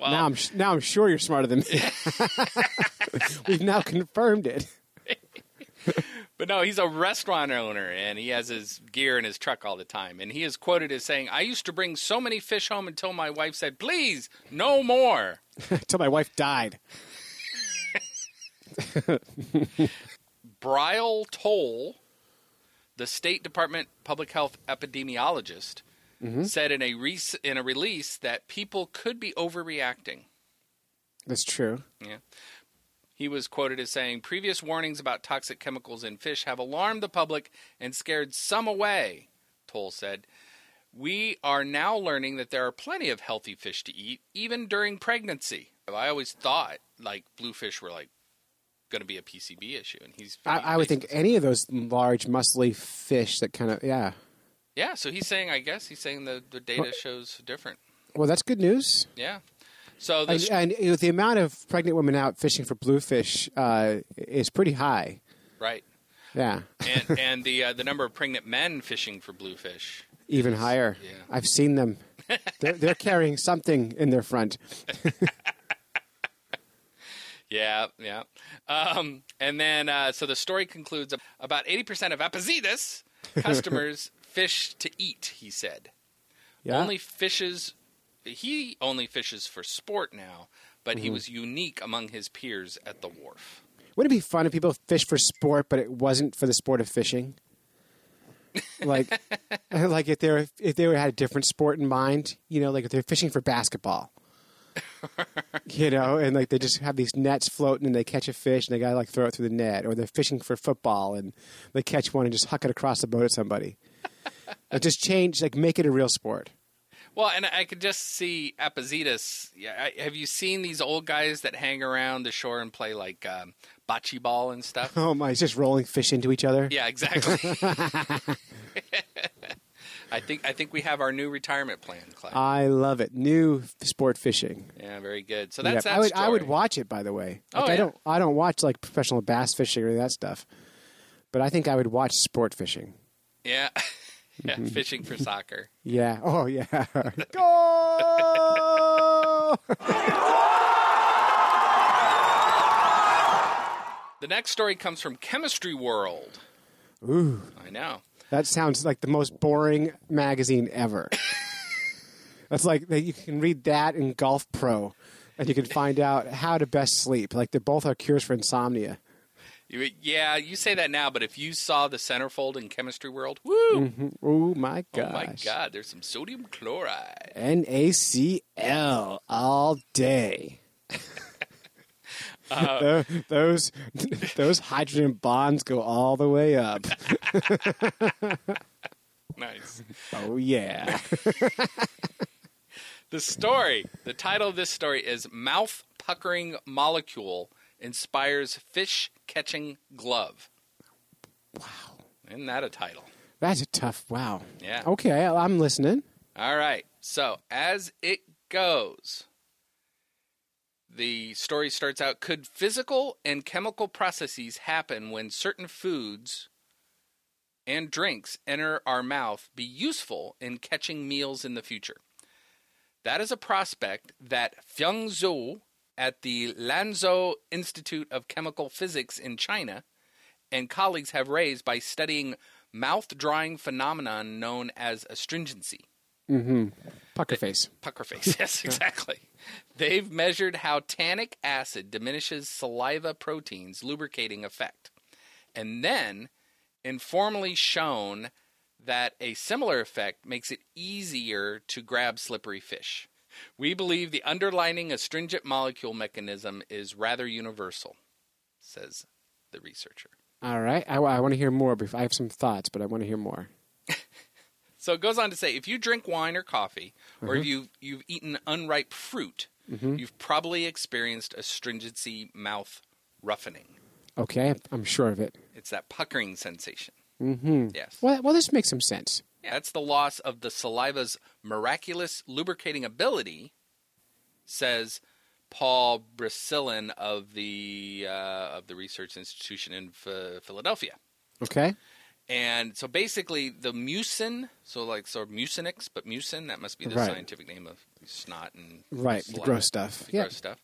Speaker 1: now I'm sh- now I'm sure you're smarter than
Speaker 3: <laughs>
Speaker 1: me. <laughs> We've now confirmed it. <laughs>
Speaker 3: but no, he's a restaurant owner, and he has his gear in his truck all the time. And he is quoted as saying, "I used to bring so many fish home until my wife said, please, no more.'"
Speaker 1: Until my wife died.
Speaker 3: Brial Toll, the State Department public health epidemiologist,
Speaker 1: Mm-hmm.
Speaker 3: said in a re- in a release that people could be overreacting.
Speaker 1: That's true.
Speaker 3: Yeah. He was quoted as saying, "Previous warnings about toxic chemicals in fish have alarmed the public and scared some away." Toll said, "We are now learning that there are plenty of healthy fish to eat, even during pregnancy." I always thought like bluefish were like going to be a PCB issue, and he's
Speaker 1: I, I would think any of those large, muscly fish that kind of yeah.
Speaker 3: Yeah, so he's saying, I guess he's saying the, the data shows different.
Speaker 1: Well, that's good news.
Speaker 3: Yeah. So the,
Speaker 1: And, and you know, the amount of pregnant women out fishing for bluefish uh, is pretty high.
Speaker 3: right,
Speaker 1: Yeah,
Speaker 3: and <laughs> and the uh, the number of pregnant men fishing for bluefish.
Speaker 1: even higher.
Speaker 3: yeah.
Speaker 1: I've seen them. they're, they're carrying something in their front.
Speaker 3: Yeah, yeah. Um, and then uh, so the story concludes about eighty percent of Apazidas customers fish to eat. He said
Speaker 1: Yeah.
Speaker 3: only fishes. He only fishes for sport now, but he
Speaker 1: Mhm.
Speaker 3: was unique among his peers at the wharf.
Speaker 1: Wouldn't it be fun if people fished for sport, but it wasn't for the sport of fishing? Like, <laughs> like if they were, if they were, had a different sport in mind, you know, like if they're fishing for basketball, you know, and like they just have these nets floating and they catch a fish and they gotta like throw it through the net, or they're fishing for football and they catch one and just huck it across the boat at somebody. Like, just change, like make it a real sport.
Speaker 3: Well, and I could just see Apozetus. Yeah, I, have you seen these old guys that hang around the shore and play like um, bocce ball and stuff?
Speaker 1: <laughs> Oh my, it's just rolling fish into each other.
Speaker 3: Yeah, exactly. <laughs> I think I think we have our new retirement plan, Clem.
Speaker 1: I love it. New sport fishing.
Speaker 3: yeah, very good. So that's
Speaker 1: Yeah,
Speaker 3: that
Speaker 1: I would
Speaker 3: story.
Speaker 1: I would watch it by the way.
Speaker 3: Oh,
Speaker 1: Like, I
Speaker 3: yeah.
Speaker 1: don't I don't watch like professional bass fishing or that stuff. But I think I would watch sport fishing.
Speaker 3: yeah, <laughs> yeah,
Speaker 1: Mm-hmm.
Speaker 3: fishing for soccer.
Speaker 1: Yeah. <laughs> Oh yeah.
Speaker 3: The next story comes from Chemistry World.
Speaker 1: Ooh.
Speaker 3: I know.
Speaker 1: That sounds like the most boring magazine ever. <laughs> That's like that you can read that in Golf Pro and you can find out how to best sleep. Like they both are cures for insomnia.
Speaker 3: You, yeah, you say that now, but if you saw the centerfold in Chemistry World, woo,
Speaker 1: Mhm. Oh my gosh.
Speaker 3: oh my God, there's some sodium chloride.
Speaker 1: NaCl all day.
Speaker 3: <laughs> Uh,
Speaker 1: Tho- those those hydrogen bonds go all the way up.
Speaker 3: nice.
Speaker 1: oh
Speaker 3: <laughs>
Speaker 1: yeah.
Speaker 3: The story, the title of this story is Mouth Puckering Molecule Inspires Fish Catching Glove. Wow. Isn't that a title?
Speaker 1: That's a tough. Wow.
Speaker 3: Yeah.
Speaker 1: Okay, I- I'm listening.
Speaker 3: All right. So, as it goes, the story starts out Could physical and chemical processes happen when certain foods and drinks enter our mouth be useful in catching meals in the future? That is a prospect that Feng Zhou at the Lanzhou Institute of Chemical Physics in China and colleagues have raised by studying mouth drying phenomenon known as astringency
Speaker 1: Mm-hmm. Pucker face.
Speaker 3: pucker face. <laughs> Yes, exactly. They've measured how tannic acid diminishes saliva protein's lubricating effect, and then informally shown that a similar effect makes it easier to grab slippery fish. We believe the underlining astringent molecule mechanism is rather universal, says the researcher.
Speaker 1: All right. I, want to hear more. bef- I have some thoughts, but I want to hear more.
Speaker 3: So it goes on to say if you drink wine or coffee, or
Speaker 1: Mhm.
Speaker 3: if you've, you've eaten unripe fruit,
Speaker 1: Mhm.
Speaker 3: you've probably experienced astringency mouth roughening.
Speaker 1: Okay, I'm sure of it.
Speaker 3: It's that puckering sensation.
Speaker 1: Mm-hmm.
Speaker 3: Yes.
Speaker 1: Well, well, this makes some sense.
Speaker 3: Yeah, that's the loss of the saliva's miraculous lubricating ability, says Paul Brasilin of the uh, of the research institution in Ph Philadelphia.
Speaker 1: Okay.
Speaker 3: And so basically, the mucin, so like so mucinex, but mucin that must be the
Speaker 1: Right.
Speaker 3: scientific name of snot and
Speaker 1: Right, the
Speaker 3: saliva.
Speaker 1: gross stuff.
Speaker 3: The
Speaker 1: Yeah.
Speaker 3: gross stuff.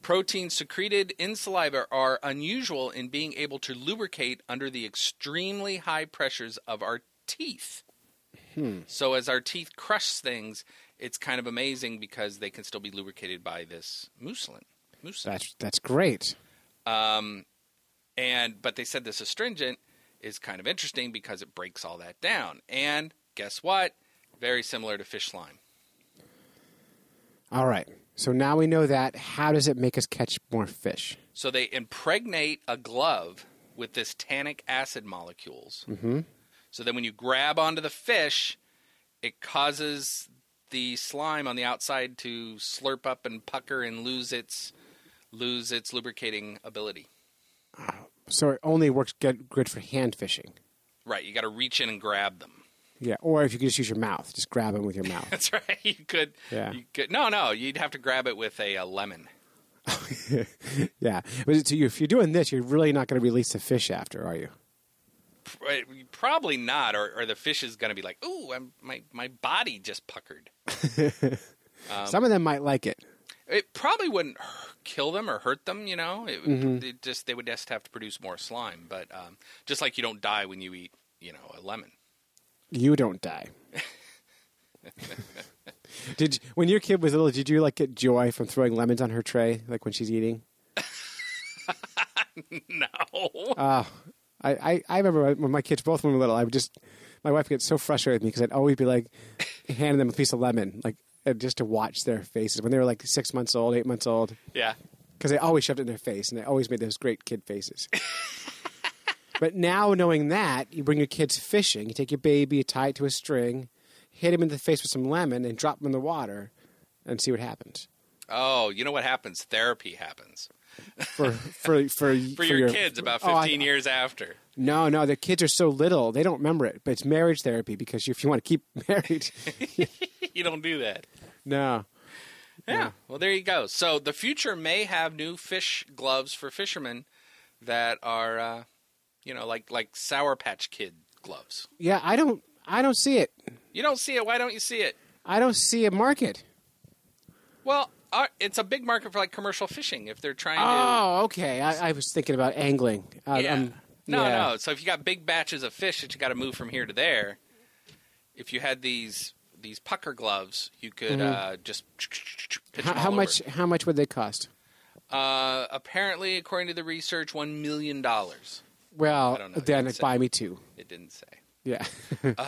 Speaker 3: Proteins secreted in saliva are unusual in being able to lubricate under the extremely high pressures of our teeth.
Speaker 1: Hmm.
Speaker 3: So as our teeth crush things, it's kind of amazing because they can still be lubricated by this mucilin. Mucin.
Speaker 1: That's that's great.
Speaker 3: Um, and but they said this astringent is kind of interesting because it breaks all that down. And guess what? Very similar to fish slime.
Speaker 1: All right. So now we know that. How does it make us catch more fish?
Speaker 3: So they impregnate a glove with this tannic acid molecules.
Speaker 1: Mm-hmm.
Speaker 3: So then when you grab onto the fish, it causes the slime on the outside to slurp up and pucker and lose its lose its lubricating ability.
Speaker 1: So it only works good, good for hand fishing.
Speaker 3: Right, you got to reach in and grab them.
Speaker 1: Yeah. Or if you could just use your mouth, just grab them with your mouth.
Speaker 3: <laughs> That's right. You could
Speaker 1: Yeah.
Speaker 3: You could, no, no, you'd have to grab it with a, uh lemon.
Speaker 1: yeah. But so you, if you're doing this, you're really not going to release the fish after, are you?
Speaker 3: Pr- uh, Probably not, or, or the fish is going to be like, "Ooh, I'm, my my body just puckered." Um,
Speaker 1: Some of them might like it.
Speaker 3: It probably wouldn't h- kill them or hurt them, you know. It, would
Speaker 1: Mhm.
Speaker 3: it just they would just have to produce more slime. But um, just like you don't die when you eat, you know, a lemon.
Speaker 1: You don't die. Did when your kid was little, did you like get joy from throwing lemons on her tray, like when she's eating?
Speaker 3: no.
Speaker 1: Uh, I, I, I remember when my kids, both when we were little, I would just, my wife would get so frustrated with me because I'd always be like <laughs> handing them a piece of lemon, like uh, just to watch their faces when they were like six months old, eight months old,
Speaker 3: Yeah.
Speaker 1: because they always shoved it in their face and they always made those great kid faces. <laughs> but now knowing that, you bring your kids fishing, you take your baby, you tie it to a string, hit him in the face with some lemon and drop him in the water and see what happens.
Speaker 3: Oh, you know what happens? Therapy happens <laughs>
Speaker 1: For, for, for,
Speaker 3: for, your, kids about
Speaker 1: Oh, I-
Speaker 3: 15 years after. <laughs>
Speaker 1: No, no, the kids are so little they don't remember it. But it's marriage therapy because if you want to keep <laughs>
Speaker 3: <laughs>
Speaker 1: married,
Speaker 3: you don't do that.
Speaker 1: no,
Speaker 3: Yeah. Well, there you go. So the future may have new fish gloves for fishermen that are, uh, you know, like like Sour Patch Kid gloves.
Speaker 1: yeah, I don't, I don't see it.
Speaker 3: You don't see it. Why don't you see it?
Speaker 1: I don't see a market.
Speaker 3: Well, uh, it's a big market for like commercial fishing if they're trying to.
Speaker 1: Oh, okay. I, I was thinking about angling. Uh,
Speaker 3: Yeah.
Speaker 1: um,
Speaker 3: No,
Speaker 1: yeah.
Speaker 3: no. So if you got big batches of fish that you got to move from here to there, if you had these these pucker gloves, you could
Speaker 1: Mhm.
Speaker 3: uh, just pitch
Speaker 1: How,
Speaker 3: them
Speaker 1: how
Speaker 3: all
Speaker 1: much? How much would they cost?
Speaker 3: over. Uh, apparently, according to the research, one million dollars.
Speaker 1: Well,
Speaker 3: don't know. It
Speaker 1: then
Speaker 3: didn't say.
Speaker 1: buy me two.
Speaker 3: It didn't say.
Speaker 1: Yeah. <laughs>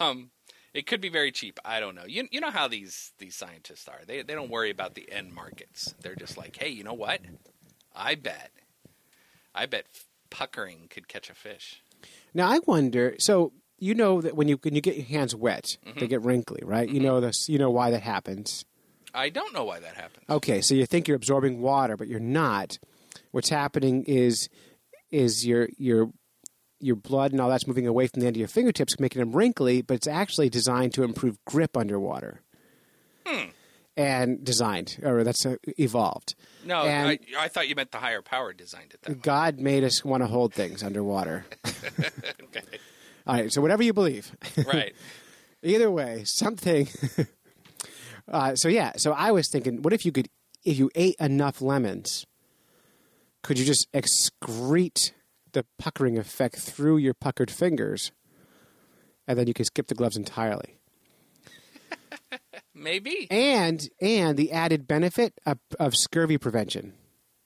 Speaker 3: um, it could be very cheap. I don't know. You you know how these these scientists are. They they don't worry about the end markets. They're just like, hey, you know what? I bet, I bet puckering could catch a fish.
Speaker 1: Now I wonder. So you know that when you when you get your hands wet,
Speaker 3: Mm-hmm.
Speaker 1: they get wrinkly, right? You know this. You know why that happens.
Speaker 3: I don't know why that happened.
Speaker 1: Okay, so you think you're absorbing water, but you're not. What's happening is is your your your blood and all that's moving away from the end of your fingertips, making them wrinkly. But it's actually designed to improve grip underwater.
Speaker 3: Hmm.
Speaker 1: And designed, or that's uh, evolved.
Speaker 3: No,
Speaker 1: And-
Speaker 3: I, I thought you meant the higher power designed it. That
Speaker 1: <laughs> God made us want to hold things underwater.
Speaker 3: okay,
Speaker 1: all right, so whatever you believe.
Speaker 3: right?
Speaker 1: Either way, something. <laughs> uh, so yeah, so I was thinking, what if you could, if you ate enough lemons, could you just excrete the puckering effect through your puckered fingers, and then you could skip the gloves entirely?
Speaker 3: Maybe.
Speaker 1: And and the added benefit of, of scurvy prevention,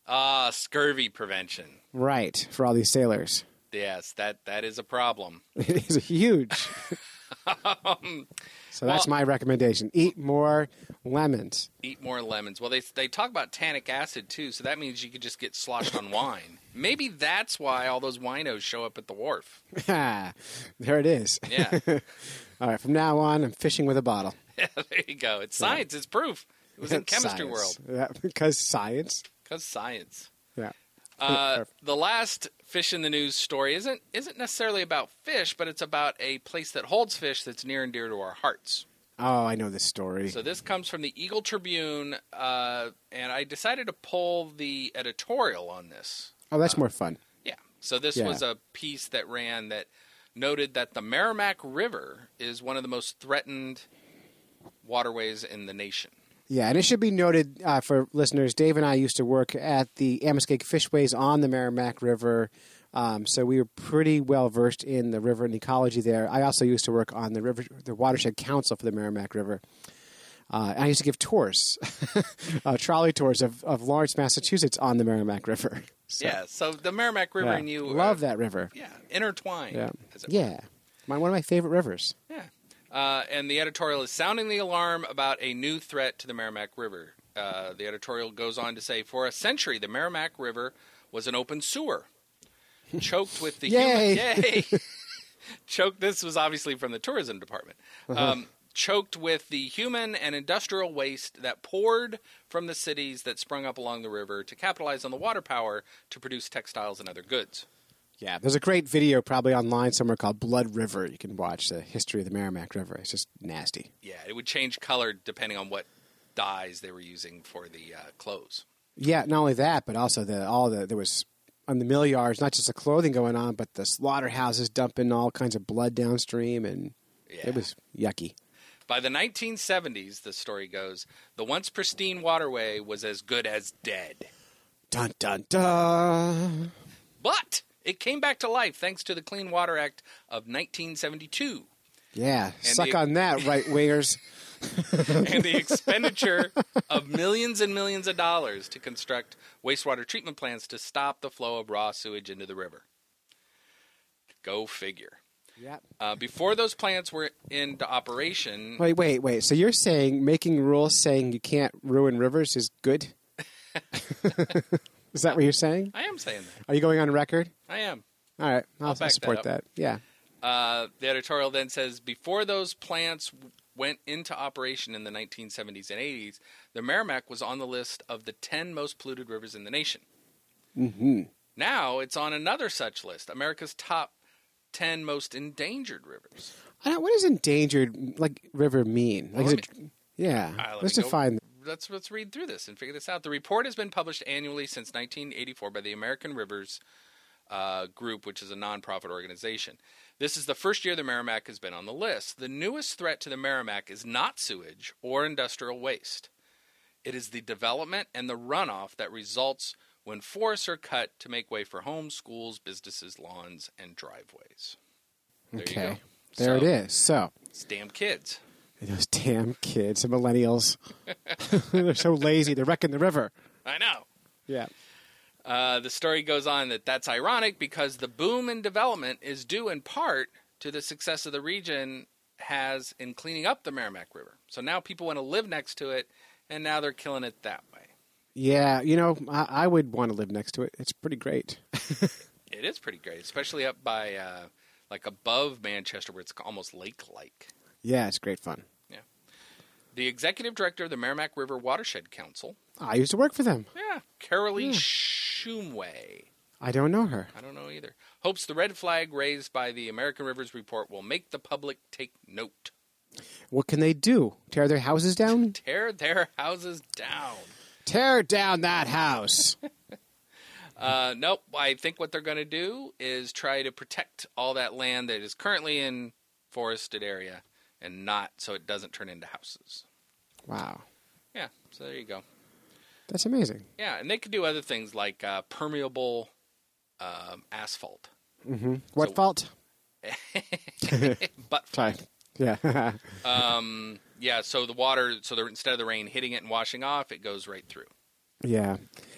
Speaker 3: Ah, scurvy prevention.
Speaker 1: right? For all these sailors,
Speaker 3: Yes, that that is a problem.
Speaker 1: <laughs> it is huge.
Speaker 3: Um,
Speaker 1: so that's my recommendation: eat more lemons. <laughs>
Speaker 3: Eat more lemons. Well, they they talk about tannic acid too, so that means you could just get sloshed on wine. Maybe that's why all those winos show up at the wharf.
Speaker 1: there it is.
Speaker 3: Yeah.
Speaker 1: <laughs> All right, from now on, I'm fishing with a bottle.
Speaker 3: <laughs> there you go. It's science. It's proof.
Speaker 1: <laughs>
Speaker 3: It was in chemistry world
Speaker 1: Yeah, <laughs> because science. <laughs>
Speaker 3: because science.
Speaker 1: Yeah.
Speaker 3: Uh, the last fish in the news story isn't isn't necessarily about fish, but it's about a place that holds fish that's near and dear to our hearts.
Speaker 1: Oh, I know this story.
Speaker 3: So this comes from the Eagle Tribune, uh, and I decided to pull the editorial on this.
Speaker 1: oh, that's more fun.
Speaker 3: Yeah. So this
Speaker 1: Yeah.
Speaker 3: was a piece that ran that noted that the Merrimack River is one of the most threatened waterways in the nation.
Speaker 1: Yeah, and it should be noted uh, for listeners. Dave and I used to work at the Amescake Fishways on the Merrimack River, um, so we were pretty well versed in the river and ecology there. I also used to work on the river, the watershed council for the Merrimack River. Uh, and I used to give tours, <laughs> uh, trolley tours of, of Lawrence, Massachusetts, on the Merrimack River. <laughs> So,
Speaker 3: yeah. So the Merrimack River
Speaker 1: yeah.
Speaker 3: and you
Speaker 1: love
Speaker 3: uh,
Speaker 1: that river.
Speaker 3: Yeah, intertwined.
Speaker 1: Yeah.
Speaker 3: as it
Speaker 1: Yeah. My, one of my favorite rivers.
Speaker 3: Uh, and the editorial is sounding the alarm about a new threat to the Merrimack River. Uh, the editorial goes on to say, for a century, the Merrimack River was an open sewer, choked with the
Speaker 1: Yay.
Speaker 3: human. <laughs> Yay! choked. This was obviously from the tourism department.
Speaker 1: Uh-huh.
Speaker 3: Um, choked with the human and industrial waste that poured from the cities that sprung up along the river to capitalize on the water power to produce textiles and other goods.
Speaker 1: Yeah. There's a great video probably online somewhere called Blood River. You can watch the history of the Merrimack River. It's just nasty.
Speaker 3: Yeah, it would change color depending on what dyes they were using for the uh, clothes.
Speaker 1: Yeah, not only that, but also the all the there was on the mill yards, not just the clothing going on, but the slaughterhouses dumping all kinds of blood downstream and
Speaker 3: Yeah.
Speaker 1: it was yucky.
Speaker 3: By the 1970s, the story goes, the once pristine waterway was as good as dead.
Speaker 1: Dun dun dun.
Speaker 3: But it came back to life thanks to the Clean Water Act of 1972.
Speaker 1: Yeah.
Speaker 3: And
Speaker 1: suck
Speaker 3: the- <laughs>
Speaker 1: on that, right wingers. <laughs>
Speaker 3: and the expenditure of millions and millions of dollars to construct wastewater treatment plants to stop the flow of raw sewage into the river. Go figure.
Speaker 1: Yep.
Speaker 3: Uh, before those plants were into operation,
Speaker 1: Wait, wait, wait. So you're saying making rules saying you can't ruin rivers is
Speaker 3: <laughs>
Speaker 1: good? <laughs> is that what you're saying?
Speaker 3: I am saying that.
Speaker 1: Are you going on record?
Speaker 3: I am.
Speaker 1: All right, I'll,
Speaker 3: back that
Speaker 1: support
Speaker 3: up.
Speaker 1: that. Yeah.
Speaker 3: Uh, the editorial then says before those plants w- went into operation in the 1970s and 80s, the Merrimack was on the list of the 10 most polluted rivers in the nation.
Speaker 1: Mm-hmm.
Speaker 3: Now it's on another such list, America's top 10 most endangered rivers.
Speaker 1: I don't, what does endangered like river mean? Like,
Speaker 3: Well,
Speaker 1: is
Speaker 3: let
Speaker 1: it, yeah.
Speaker 3: All right, let
Speaker 1: let's
Speaker 3: me go-
Speaker 1: define.
Speaker 3: Let's let's read through this and figure this out. The report has been published annually since 1984 by the American Rivers uh, Group, which is a nonprofit organization. This is the first year the Merrimack has been on the list. The newest threat to the Merrimack is not sewage or industrial waste. It is the development and the runoff that results when forests are cut to make way for homes, schools, businesses, lawns, and driveways. There you
Speaker 1: Okay,
Speaker 3: go.
Speaker 1: there
Speaker 3: So-
Speaker 1: it is. So
Speaker 3: It's damn kids.
Speaker 1: those damn kids, the
Speaker 3: <laughs>
Speaker 1: millennials, <laughs> they're so lazy. They're wrecking the river.
Speaker 3: I know.
Speaker 1: Yeah.
Speaker 3: Uh, the story goes on that that's ironic because the boom in development is due in part to the success of the region has in cleaning up the Merrimack River. So now people want to live next to it, and now they're killing it that way.
Speaker 1: Yeah, you know, I, I would want to live next to it. It's pretty great. <laughs>
Speaker 3: It is pretty great, especially up by uh, like above Manchester, where it's almost lake-like.
Speaker 1: Yeah, it's great fun.
Speaker 3: The executive director of the Merrimack River Watershed Council,
Speaker 1: I used to work for them.
Speaker 3: yeah, Carolee Shumway.
Speaker 1: I don't know her.
Speaker 3: I don't know either. Hopes the red flag raised by the American Rivers report will make the public take note.
Speaker 1: What can they do? Tear their houses
Speaker 3: <laughs>
Speaker 1: down?
Speaker 3: Tear their houses down.
Speaker 1: Tear down that house.
Speaker 3: Uh, nope. I think what they're going to do is try to protect all that land that is currently in forested area and not so it doesn't turn into houses.
Speaker 1: wow.
Speaker 3: Yeah. So there you go.
Speaker 1: That's amazing.
Speaker 3: Yeah, and they could do other things like uh, permeable um, asphalt,
Speaker 1: hmm What
Speaker 3: So-
Speaker 1: fault?
Speaker 3: but
Speaker 1: Sorry. Yeah. <laughs>
Speaker 3: um, yeah. So the water, so the, instead of the rain hitting it and washing off, it goes right through.
Speaker 1: yeah.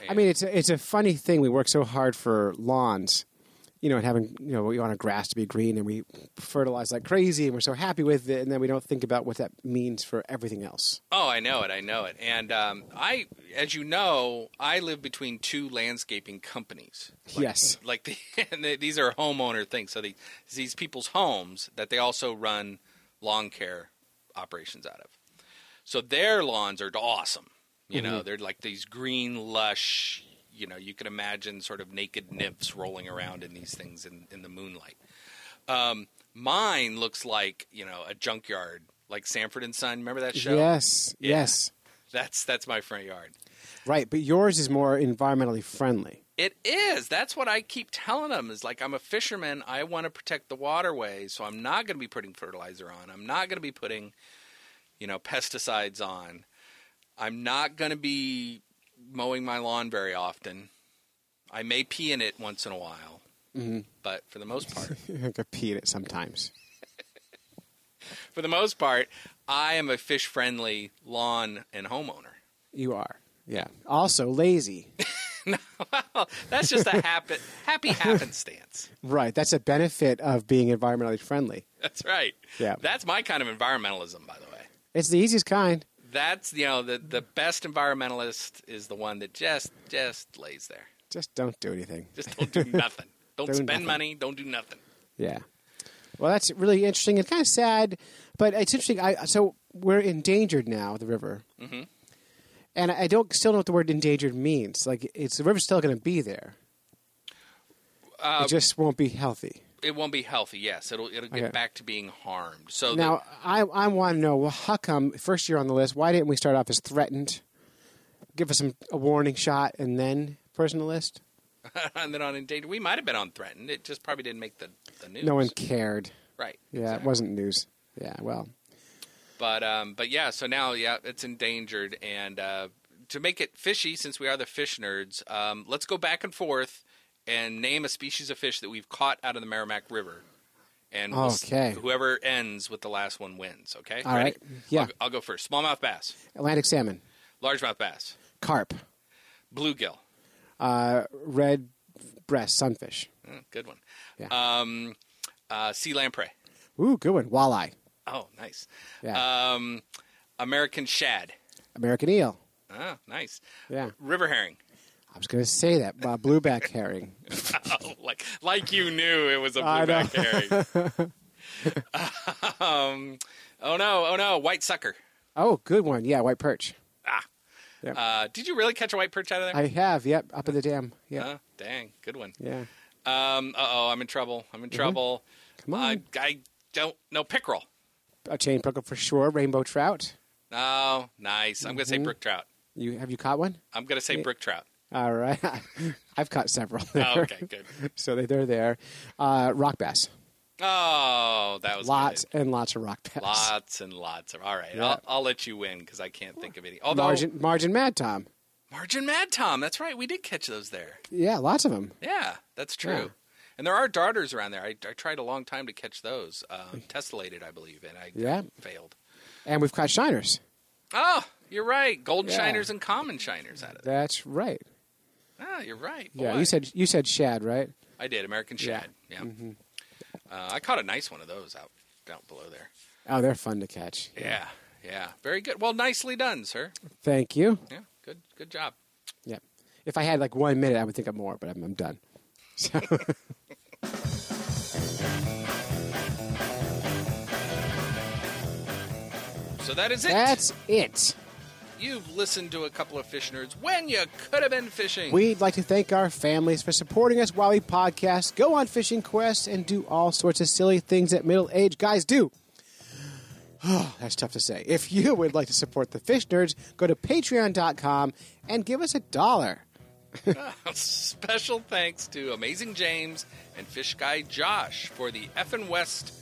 Speaker 1: I mean, it's a, it's a funny thing. We work so hard for lawns, you know, and having, you know, we want our grass to be green and we fertilize like crazy and we're so happy with it. And then we don't think about what that means for everything else.
Speaker 3: Oh, I know it. I know it. And um, I, as you know, I live between two landscaping companies.
Speaker 1: yes.
Speaker 3: like <laughs> the, and they, these are homeowner things. So the, these people's homes that they also run lawn care operations out of. So their lawns are awesome. You know,
Speaker 1: Mhm.
Speaker 3: they're like these green, lush. You know, you can imagine sort of naked nymphs rolling around in these things in, in the moonlight. Um, mine looks like you know a junkyard, like Sanford and Son. Remember that show?
Speaker 1: Yes.
Speaker 3: Yeah.
Speaker 1: Yes.
Speaker 3: That's that's my front yard.
Speaker 1: Right. But yours is more environmentally friendly. <laughs>
Speaker 3: It is. That's what I keep telling them. Is like I'm a fisherman. I want to protect the waterways, so I'm not going to be putting fertilizer on. I'm not going to be putting, you know, pesticides on. I'm not going to be mowing my lawn very often. I may pee in it once in a while,
Speaker 1: hmm
Speaker 3: but for the most part, <laughs>
Speaker 1: I compete it sometimes.
Speaker 3: for the most part, I am a fish-friendly lawn and homeowner. <laughs>
Speaker 1: You are. Yeah. Also lazy.
Speaker 3: That's just a happy, happy happenstance.
Speaker 1: Right. That's a benefit of being environmentally friendly.
Speaker 3: That's right.
Speaker 1: Yeah.
Speaker 3: That's my kind of environmentalism, by the way.
Speaker 1: It's the easiest kind.
Speaker 3: That's you know the the best environmentalist is the one that just just lays there.
Speaker 1: Just don't do anything.
Speaker 3: Just
Speaker 1: <laughs>
Speaker 3: don't do nothing. Don't
Speaker 1: Do
Speaker 3: spend
Speaker 1: nothing.
Speaker 3: money. Don't do nothing.
Speaker 1: Yeah. Well, that's really interesting. It's kind of sad, but it's interesting. I so we're endangered now, the river,
Speaker 3: Mhm.
Speaker 1: and I don't still know what the word endangered means. Like, it's the river's still going to be there.
Speaker 3: Uh,
Speaker 1: it just won't be healthy.
Speaker 3: It won't be healthy. Yes, it'll it'll get
Speaker 1: Okay.
Speaker 3: back to being harmed. So the-
Speaker 1: Now, I I want to know well, how come first year on the list? Why didn't we start off as threatened? Give us some a warning shot and then put us on the list.
Speaker 3: and then <laughs> on endangered, we might have been on threatened. It just probably didn't make the the news.
Speaker 1: No one cared.
Speaker 3: Right.
Speaker 1: Yeah, it wasn't news. Yeah, well,
Speaker 3: But um, but yeah, so now yeah, it's endangered, and uh, to make it fishy, since we are the fish nerds, um, let's go back and forth and name a species of fish that we've caught out of the Merrimack River, and we'll s-
Speaker 1: Okay.
Speaker 3: whoever ends with the last one wins. Okay.
Speaker 1: All
Speaker 3: Ready?
Speaker 1: right. Yeah.
Speaker 3: I'll, I'll go first. Smallmouth bass,
Speaker 1: Atlantic salmon,
Speaker 3: largemouth bass,
Speaker 1: carp,
Speaker 3: bluegill.
Speaker 1: uh, red breast sunfish.
Speaker 3: Mm, good one. Um, uh, sea lamprey.
Speaker 1: Ooh, good one. Walleye,
Speaker 3: Oh, nice. Um, American shad.
Speaker 1: American eel.
Speaker 3: Ah, nice.
Speaker 1: Yeah.
Speaker 3: River herring.
Speaker 1: I was going to say that. Uh, blueback <laughs> herring.
Speaker 3: oh, <laughs> like like you knew it was a
Speaker 1: I know.
Speaker 3: blueback herring.
Speaker 1: <laughs>
Speaker 3: <laughs> um, oh no, oh no, white sucker.
Speaker 1: Oh, good one. Yeah, white perch.
Speaker 3: Ah.
Speaker 1: Yep.
Speaker 3: Uh, did you really catch a white perch out of there?
Speaker 1: I have. Yep, up in the dam. Yeah.
Speaker 3: Huh? dang, good one.
Speaker 1: Yeah.
Speaker 3: Um, uh oh, I'm in trouble. I'm in trouble.
Speaker 1: Mm-hmm. Come on.
Speaker 3: I, I don't know pickerel.
Speaker 1: A chain brook for sure. Rainbow trout.
Speaker 3: Oh, nice. I'm gonna say
Speaker 1: Mhm.
Speaker 3: brook trout.
Speaker 1: You have you caught one?
Speaker 3: I'm gonna say
Speaker 1: Yeah. <laughs>
Speaker 3: brook trout.
Speaker 1: All right. I've caught several. There.
Speaker 3: Oh, okay, good.
Speaker 1: <laughs> so they, they're there. Uh, rock bass.
Speaker 3: Oh, that was
Speaker 1: Lots and lots of rock
Speaker 3: good.
Speaker 1: bass.
Speaker 3: Lots and lots of. All right,
Speaker 1: Yeah.
Speaker 3: I'll, I'll let you win because I can't think of any. Although
Speaker 1: margin, margin mad tom.
Speaker 3: Margin Mad Tom. That's right. We did catch those there.
Speaker 1: Yeah, lots of them.
Speaker 3: Yeah, that's true.
Speaker 1: Yeah.
Speaker 3: And there are darters around there. I, I tried a long time to catch those.
Speaker 1: <laughs>
Speaker 3: Um, tessellated, I believe, and I
Speaker 1: Yeah.
Speaker 3: failed.
Speaker 1: And we've caught shiners.
Speaker 3: Oh, you're right. Gold
Speaker 1: Yeah.
Speaker 3: shiners and common shiners out of there.
Speaker 1: That's right.
Speaker 3: Ah, you're right.
Speaker 1: Yeah,
Speaker 3: Boy.
Speaker 1: you said you said shad, right?
Speaker 3: I did American
Speaker 1: Yeah. Mm-hmm.
Speaker 3: shad. Yeah. Uh, I caught a nice one of those out out below there.
Speaker 1: Oh, they're fun to catch.
Speaker 3: Yeah. Yeah. Very good. Well, nicely done, sir.
Speaker 1: Thank you.
Speaker 3: Yeah. Good. Good job.
Speaker 1: Yep. If I had like one minute, I would think of more, but I'm, I'm done. So,
Speaker 3: So that is it.
Speaker 1: that's it.
Speaker 3: You've listened to a couple of fish nerds when you could have been fishing.
Speaker 1: We'd like to thank our families for supporting us while we podcast, go on fishing quests, and do all sorts of silly things that middle aged guys do. <sighs> That's tough to say. If you would like to support the Fish Nerds, go to patreon.com and give us a dollar.
Speaker 3: <laughs> Special thanks to Amazing James and Fish Guy Josh for the F and West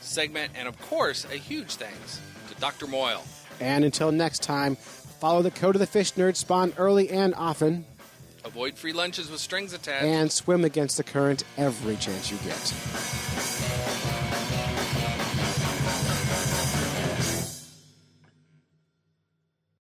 Speaker 3: segment, and of course, a huge thanks to Dr. Moyle.
Speaker 1: And until next time, follow the code of the Fish Nerds, spawn early and often,
Speaker 3: Avoid free lunches with strings attached.
Speaker 1: and swim against the current every chance you get.